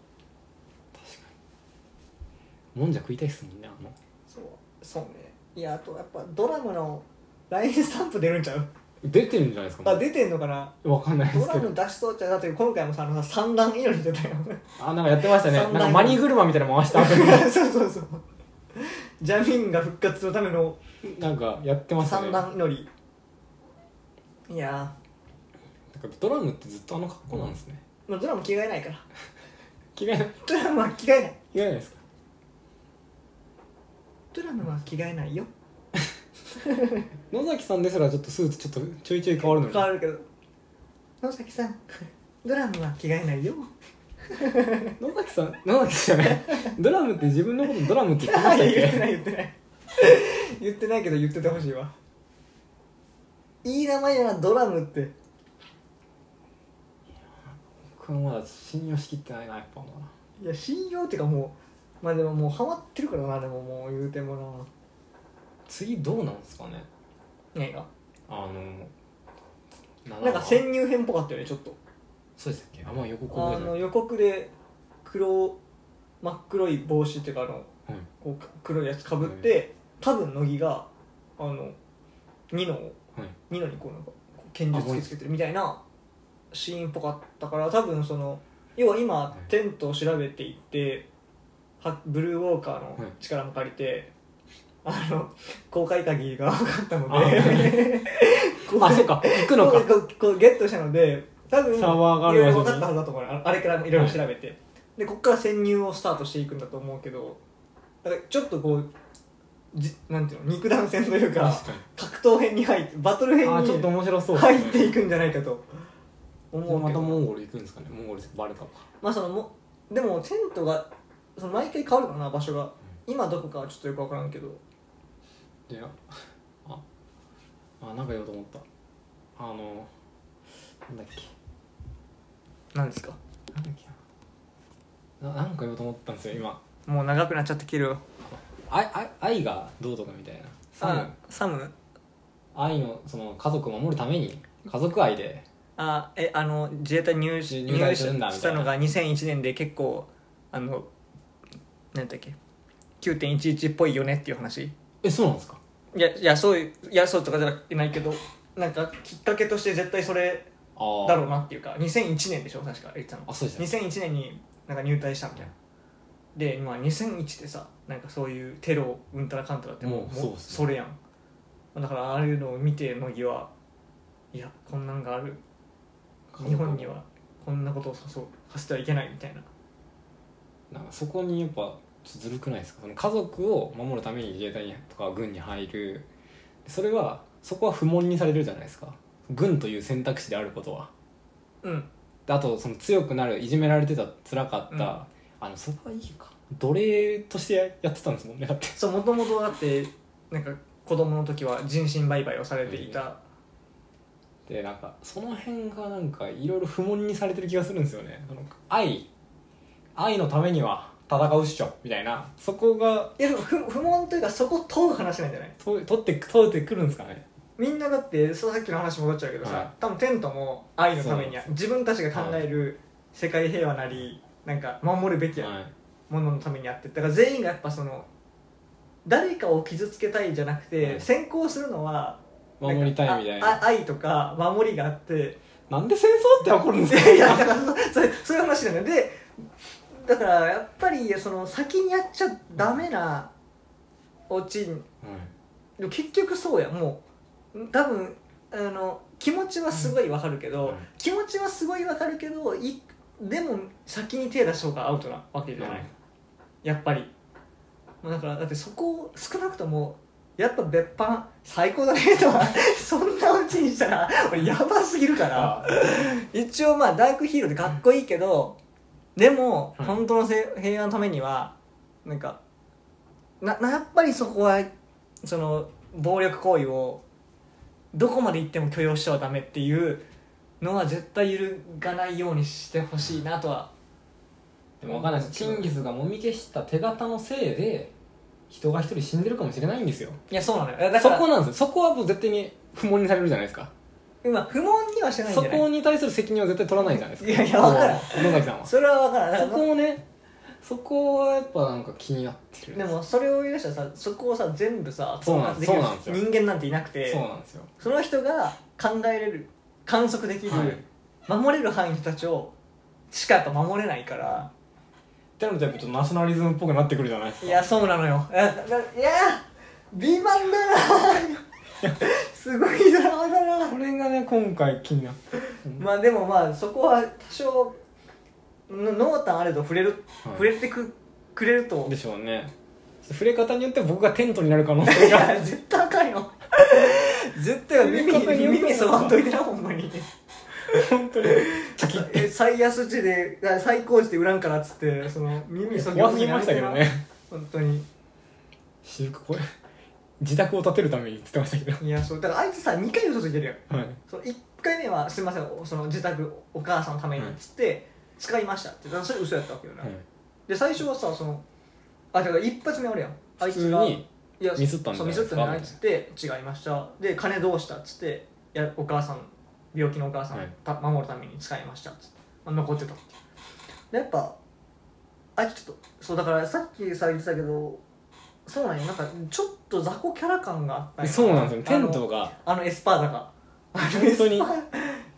B: もんじゃ食いたいっすもんねあの
A: うそうそうねいやあとやっぱドラムの LINE スタンプ出るんちゃう
B: 出てるんじゃないですか
A: あ出てんのかな
B: わかんないで
A: ド
B: す
A: ラ
B: け
A: ム
B: ど
A: 出しそうちゃうだって今回もさあのさ三段祈りしてたよ
B: あなんかやってましたね
A: 三
B: なん
A: 段
B: かマニー車みたいなの回した後に
A: そうそうそうジャミンが復活のための
B: なんかやってました
A: 三
B: ねなんか
A: 段祈りいや
B: ドラムってずっとあの格好なんですね
A: ー、まあ、ドラム着替えないから
B: 着替えない
A: ドラムは着替えない
B: 着替えないですか
A: ドラムは着替えないよ
B: 野崎さんですらちょっとスーツちょっとちょいちょい変わるのに
A: 変わるけど野崎さんドラムは着替えないよ
B: 野崎さん野崎じゃないドラムって自分のことドラムって言ってましたっ
A: 言って
B: け
A: ない言ってない言ってないけど言っててほしいわいい名前やなドラムって
B: 僕はまだ信用しきってないなやっぱまだ
A: いや信用っていうかもうまあでももうハマってるからなでももう言うても
B: 次どうなんですかね
A: な何が
B: あの
A: なんか潜入編っぽかったよねちょっと
B: そうでしたっけあんま予告覚
A: あ
B: えてない
A: の予告で黒真っ黒い帽子っていうかあの
B: うん
A: こうか黒いやつかぶって多分乃木があのニノを
B: はい
A: ニノにこうなんかこう拳銃突きつけてるみたいなシーンっぽかったから多分その要は今
B: い
A: テントを調べていってはブルーウォーカーの
B: はい
A: 力も借りて、あの公開鍵が分かったの
B: あは
A: で
B: あそうか行くのか
A: こうこうゲットしたので多分
B: サーバーがある
A: いろい
B: 場
A: ろ
B: 所
A: 分かったはずだと思うあのあれからいろいろ調べて、でこっから潜入をスタートしていくんだと思うけどだからちょっとこうじなんていうの肉弾戦というか
B: 確かに
A: 格闘編に入ってバトル編
B: あーちょっと
A: に
B: 面白そうですね
A: 入っていくんじゃないかと思
B: で
A: う
B: ま
A: け
B: た
A: ど
B: モ
A: ま
B: ンゴル行くんですかねモンゴルバレたのか
A: あそのもでもテントがその毎回変わるかな場所が今どこかはちょっとよく分からんけど
B: であああなんか言おうと思ったあのなんだっけ
A: なんですか
B: なんだっけなななんか言おうと思ったんですよ今
A: もう長くなっちゃって切る
B: 愛愛愛がどうとかみたいなサム
A: サム
B: 愛のその家族を守るために家族愛で
A: あえあの自衛隊入し
B: 入隊するんだ
A: 入したのが2001年で結構あのなんだっけ9.11っぽいよねっていう話い
B: えそうなんですか
A: やいやそういういやそうとかじゃないけどなんかきっかけとして絶対それ
B: あー
A: だろうなっていうか2001年でしょ確か言ってたの
B: あそうですね
A: 2001年になんか入隊したみたいなで今2001でさなんかそういうテロうんたらかんたらってもう
B: もう
A: もう
B: そうっす
A: それやんだからああいうのを見て乃木はいやこんなんがある日本にはこんなことをさそうさせてはいけないみたいな
B: なんかそこにやっぱちょっとずるくないですかその家族を守るために自衛隊にとか軍に入るそれはそこは不問にされるじゃないですか軍という選択肢であることは
A: うん
B: であとその強くなるいじめられてた辛かった、
A: うん
B: あのそこはいいか奴隷としてやってたんですもんねだって
A: そうもともとだってなんか子供の時は人身売買をされていた、
B: でなんかその辺がなんかいろいろ不問にされてる気がするんですよねあの愛愛のためには戦うっしょみたいなそこが
A: いやでも不不問というかそこ問う話なんじゃない
B: と取って取れてくるんですかね
A: みんなだってそうさっきの話戻っちゃうけどさ、
B: はい
A: 多分テントも愛のために
B: そう
A: 自分たちが考える世界平和なりなんか守るべき
B: はい
A: もののためにやってだから全員がやっぱその誰かを傷つけたいじゃなくて、
B: はい
A: 先行するのはなんか
B: 守りたいみたい
A: あ
B: な
A: あ愛とか守りがあって
B: なんで戦争って起こるんです か
A: いやだからそそれそういう話なんだよでだからやっぱりその先にやっちゃダメなオチにでも結局そうやもう多分あの気持ちはすごいわかるけど、
B: うん
A: 気持ちはすごいわかるけどいでも先に手出した方がアウトなわけじゃない、やっぱりまあだからだってそこを少なくともやっぱ別班最高だねとはそんなうちにしたら俺やばすぎるから。
B: あ
A: 一応まあダークヒーローでかっこいいけどでも
B: うん
A: 本当のせ平和のためにはなんかななやっぱりそこはその暴力行為をどこまで行っても許容してはダメっていうのは絶対揺るがないようにしてほしいなとは
B: でも分かんないですチンギスがもみ消した手形のせいで人が一人死んでるかもしれないんですよ
A: いやそうなのよだか
B: そ
A: ら
B: こなんですよそこはもう絶対に不問にされるじゃないですか
A: 今不問にはしてないんじ
B: そ
A: ゃない
B: こに対する責任は絶対取らないじゃないですか
A: いやいや分からん
B: こう野崎さんはそ
A: それは分からないだから
B: こをねそこはやっぱなんか気になってる
A: でもそれを言い出したらさそこをさ全部さ
B: そうなん
A: できる
B: そうなんですよ
A: 人間なんていなくて
B: そうなんですよ
A: その人が考えれる観測できる、
B: はい
A: 守れる範囲の人たちをしかやっぱ守れないから
B: ってなるとやっぱちょっとナショナリズムっぽくなってくるじゃないですか
A: いやそうなのよいやだいや美版だな すごいドラマだな
B: これがね今回気になって
A: まあでもまあそこは多少の濃淡あれど触れる、
B: はい
A: 触れてくくれると
B: でしょうね触れ方によって僕がテントになる可能性
A: いや絶対あかんよ絶対耳
B: 触れ方によって
A: 耳そばんといてなほんまに
B: 本 当に
A: え最安値であ最高値で売らんからっつってその耳そぎ
B: 怖すぎましたけどね
A: 本当に
B: 私服これ自宅を建てるために言ってましたけ
A: いやそうだからあいつさ2回嘘ついてるやん
B: どはい
A: その1回目は「すいませんおその自宅お母さんのために」っつって、使いました」ってだからそれ嘘やったわけよな、
B: はい
A: で最初はさそのあだから一発目あるやんあい
B: 普
A: つ
B: 通
A: が
B: に
A: いや
B: ミスったんじ
A: そ
B: ゃ
A: うミ
B: ない
A: ス
B: で
A: っ
B: す
A: たんじ
B: か
A: ゃないっつって違いましたで金どうしたっつっていやお母さん病気のお母さんを
B: はい
A: た守るために使いましたっつって、まあ、残ってたでやっぱあいつちょっとそうだからさっきさ言ってたけどそうなんよなんかちょっと雑魚キャラ感があったんよ
B: そうなんですよ
A: あ
B: テ
A: の
B: ントが
A: あのエスパーダが
B: 本当に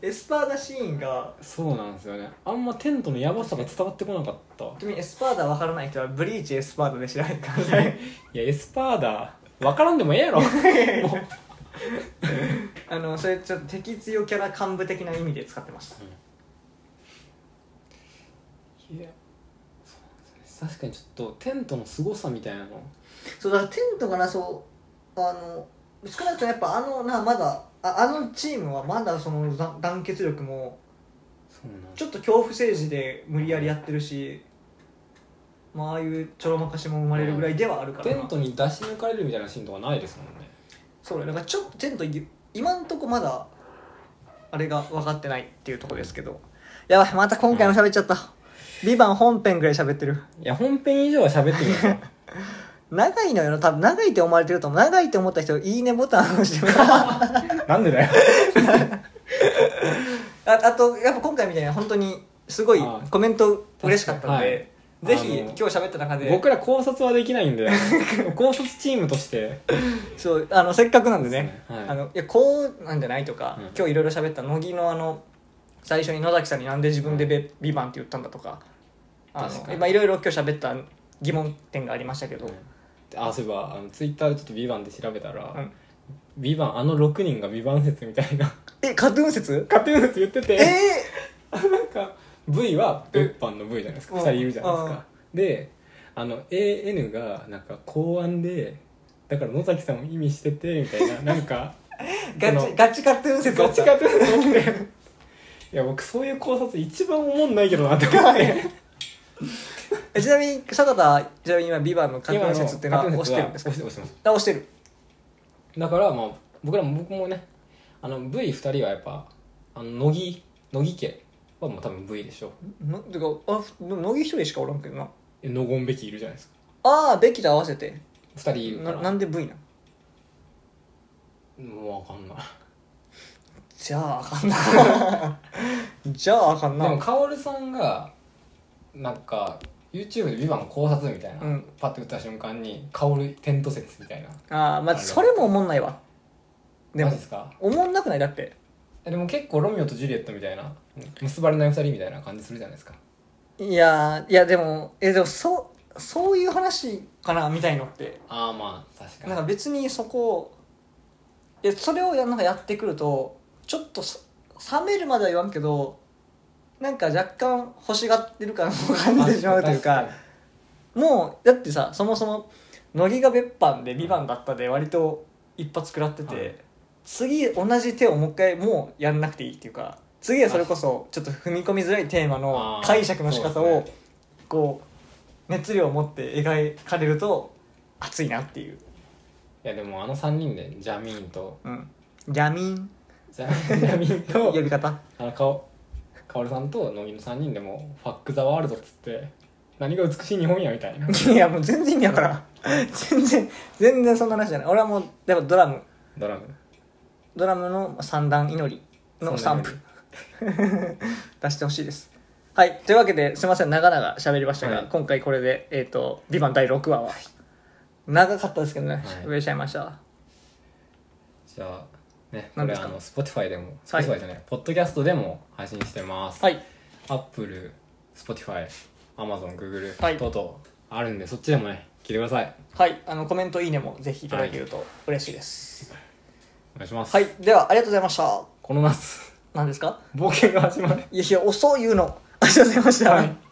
A: エスパーダシーンが
B: そうなんですよねあんまテントのヤバさが伝わってこなかった
A: 本当にエスパーダわからない人はブリーチエスパーダで知らないからね
B: いやエスパーだ分からんでもええやろもう
A: あのそれちょっと敵強キャラ幹部的な意味で使ってます
B: いやそうなんですよね確かにちょっとテントの凄さみたいなの
A: そうだからテントがなそうあの少なくともやっぱあのなまだああのチームはまだその団団結力も
B: そうなん
A: ちょっと恐怖政治で無理やりやってるし、まあ、ああいうちょろまかしも生まれるぐらいではあるから
B: テ
A: な、
B: ントに出し抜かれるみたいなシーンとかないですもんね
A: そうだよだからちょっとテントい今んとこまだあれが分かってないっていうとこですけどやばいまた今回も喋っちゃった「ビバン本編ぐらい喋ってる
B: いや本編以上は喋ってみよ
A: 長いのよな多分長いって思われてると思う長いって思った人「いいね」ボタン押してもらう
B: うなんでだよ
A: ああとやっぱ今回みたいな本当にすごい
B: ああ
A: コメント嬉しかったんで、
B: はい
A: ぜひ
B: あの
A: 今日喋った中で
B: 僕ら考察はできないんで考察チームとして
A: そうあのせっかくなんでね
B: そうですねはい
A: あのいやこうなんじゃないとか、
B: うん
A: 今日いろいろ喋った乃木のあの最初に野崎さんになんで自分でベ「ビバンって言ったんだとかあ
B: 確か
A: の
B: に
A: まあいろいろ今日喋った疑問点がありましたけど、
B: あそういえばあのツイッターでちょっと「ビバンで調べたら「
A: うん
B: ビバンあの6人が「ビバン説みたいな
A: えカトゥーン説
B: 勝手な説言ってて
A: え
B: なんか V は物販の V じゃないですか
A: うん
B: 2人いるじゃないですかであの AN がなんか公安でだから野崎さんを意味しててみたい ななんか
A: ー、ガ
B: そ
A: チ
B: の
A: ガチカトゥーン説
B: ガチガチだと思っていや僕そういう考察一番思んないけどなって思って
A: えちなみに坂田ちなみに今「ビバンのカトゥーン説っていうのは押
B: 今の
A: してるんですか
B: 押して押してます
A: あ押してる
B: だからまあ僕らも僕もねあの V2 人はやっぱあの乃木乃木家はもう多分 V でしょ
A: なてかあふでも乃木一人しかおらんけどな
B: えノゴンべきいるじゃないですか
A: ああべきと合わせて
B: 2人いるか
A: な
B: ら
A: なんで V なの
B: もう分かんない
A: じゃああかんな じゃああかん
B: でも
A: な
B: 薫さんがなんか YouTube で「ビバン考察みたいな、
A: うん
B: パッて打った瞬間に「薫テント説」みたいな
A: あーまあそれも思んないわで
B: マ
A: も
B: ジですか
A: 思んなくないだって
B: えでも結構ロミオとジュリエットみたいな結ばれない二人みたいな感じするじゃないですか
A: いやーいやでもえでもそうそういう話かなみたいのって
B: ああまあ確か
A: な
B: に
A: んか別にそこいやそれをやなんかやってくるとちょっとさ冷めるまでは言わんけどなんか若干欲しがってる感を感じてしまうというかもうだってさそもそも乃木が別班で「ビバンだったで割と一発食らってて、
B: はい
A: 次同じ手をもう一回もうやんなくていいっていうか次はそれこそちょっと踏み込みづらいテーマの
B: あー
A: 解釈の仕方
B: そう
A: を
B: です
A: こう熱量を持って描かれると熱いなっていう、
B: いやでもあの三人でジャミーンと
A: うん、ギャミン
B: ジャ ジャミーン
A: 呼
B: と
A: び 方
B: あのかお薫さんと乃木の三人でも「ファック・ザ・ワールド」っつって何が美しい日本やみたいない
A: やもう全然意味わからん 全然全然そんな話じゃない俺はもうやっぱドラム
B: ドラム
A: ドラムの三段祈りのスタンプ 出してほしいですはいというわけですいません長々喋りましたが、
B: はい
A: 今回これで「えー、とビバン第6話は長かったですけどね
B: い
A: 喋、りちゃいました
B: じゃあねこ
A: 何
B: れ
A: ですか
B: あの Spotify でも
A: はい
B: Spotify じゃない、ポッドキャストでも配信してます、
A: はい、
B: Apple Spotify Amazon Google、
A: はい
B: 等々あるんでそっちでもね聞いてください
A: はい、あのコメントいいねもぜひいただけると嬉しいです
B: お願いします、
A: はい、ではありがとうございました
B: この夏
A: 何ですか
B: 冒険が始まる
A: いやいや遅い言うのありがとうございました、
B: はい